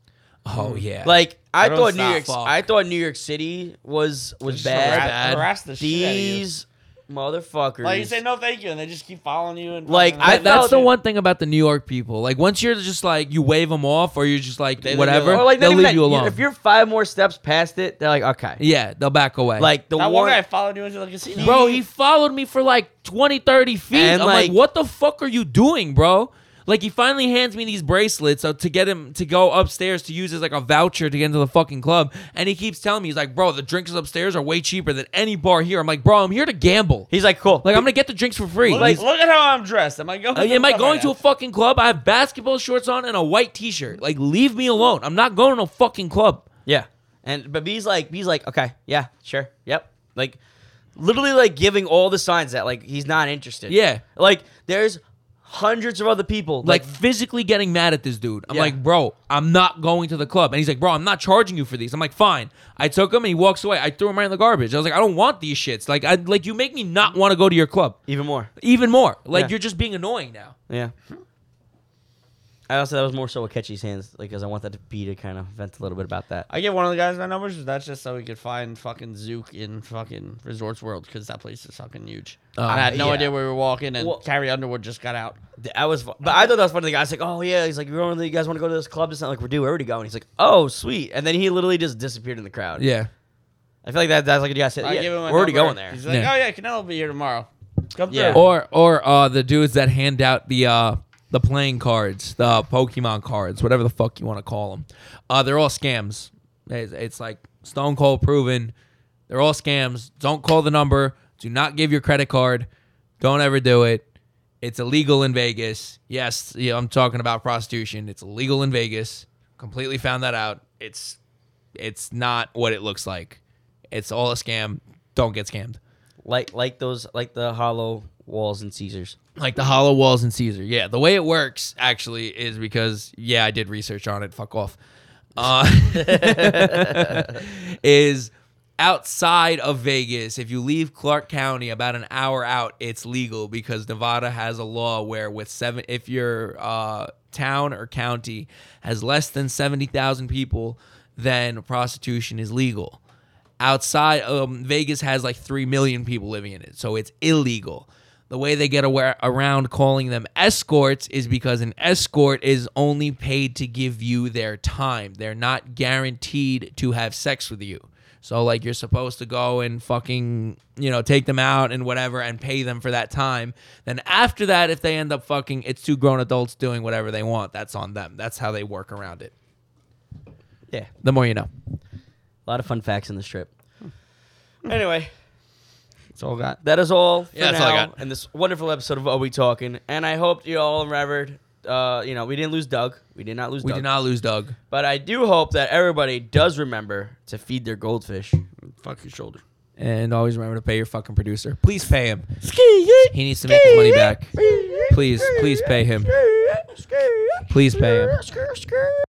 oh yeah, Like I Everyone thought New stop. York, Fuck. I thought New York City was was Just bad. harass- harass the shit out of you. These motherfuckers. Like you say no thank you, and they just keep following you. And Like, fucking- I That- that's felt the it. one thing about the New York people. Like once you're just like you wave them off, or you're just like They leave you whatever, alone. or like not they'll even leave that. you alone. If you're five more steps past it, they're like, okay. yeah, they'll back away. Like the that one, one guy followed you into the casino. bro, he followed me for like 20, 30 feet. And, I'm like, like- what the fuck are you doing, bro? Like he finally hands me these bracelets uh, to get him to go upstairs to use as like a voucher to get into the fucking club, and he keeps telling me he's like, bro, the drinks upstairs are way cheaper than any bar here. I'm like, bro, I'm here to gamble. he's like, cool. Like I'm gonna get the drinks for free. look, He's- look at how I'm dressed. Am I going? Uh, to am I the club going right to now? a fucking club? I have basketball shorts on and a white t-shirt. Like, leave me alone. I'm not going to a fucking club. yeah. And but B's like, B's like, okay, yeah, sure, yep. Like, literally, like giving all the signs that like he's not interested. Yeah. Like there's hundreds of other people Like, physically getting mad at this dude. I'm Yeah. like, bro, I'm not going to the club. And he's like, bro, I'm not charging you for these. I'm like, fine. I took him and he walks away. I threw him right in the garbage. I was like, I don't want these shits. Like, I like you make me not want to go to your club even more. even more. Like, Yeah. you're just being annoying now. Yeah. I also that was more so a catchy hands, like because I want that to be to kind of vent a little bit about that. I give one of the guys my numbers. but That's just so we could find fucking Zook in fucking Resorts World because that place is fucking huge. Oh, I had no yeah. idea where we were walking, and Well- Carrie Underwood just got out. I was, but I thought that was funny. The guy's like, "Oh yeah," he's like, "You want you guys want to go to this club?" It's not like we're due, we're already going. He's like, "Oh sweet," and then he literally just disappeared in the crowd. Yeah. I feel like that. That's like you guys said. I Yeah, give him my we're already number. going there. He's like, Yeah. oh yeah, Canelo will be here tomorrow. Come through. Yeah. Or or uh the dudes that hand out the uh the playing cards, the Pokemon cards, whatever the fuck you want to call them. Uh they're all scams. It's, it's like stone cold proven. They're all scams. Don't call the number. Do not give your credit card. Don't ever do it. It's illegal in Vegas. Yes, yeah, I'm talking about prostitution. It's illegal in Vegas. Completely found that out. It's it's not what it looks like. It's all a scam. Don't get scammed. like like those like the hollow walls in Caesars. like the hollow walls in Caesar. Yeah, the way it works actually is because yeah, I did research on it. Fuck off. Uh, [laughs] is outside of Vegas. If you leave Clark County about an hour out, it's legal because Nevada has a law where with seven, if your uh, town or county has less than seventy thousand people, then prostitution is legal outside um, Vegas has like 3 million people living in it. So it's illegal. The way they get aware, around calling them escorts is because an escort is only paid to give you their time. They're not guaranteed to have sex with you. So like you're supposed to go and fucking, you know, take them out and whatever and pay them for that time. Then after that if they end up fucking, it's two grown adults doing whatever they want. That's on them. That's how they work around it. Yeah. The more you know. A lot of fun facts in this trip. Anyway, That's all I got. that is all for Yeah, that's now all I got. in this wonderful episode of Are We Talking? And I hope you all remembered. Uh, you know, we didn't lose Doug. We did not lose We Doug. did not lose Doug. But I do hope that everybody does remember to feed their goldfish. Fuck your shoulder. And always remember to pay your fucking producer. Please pay him. He needs to make his money back. Please, please pay him. Please pay him.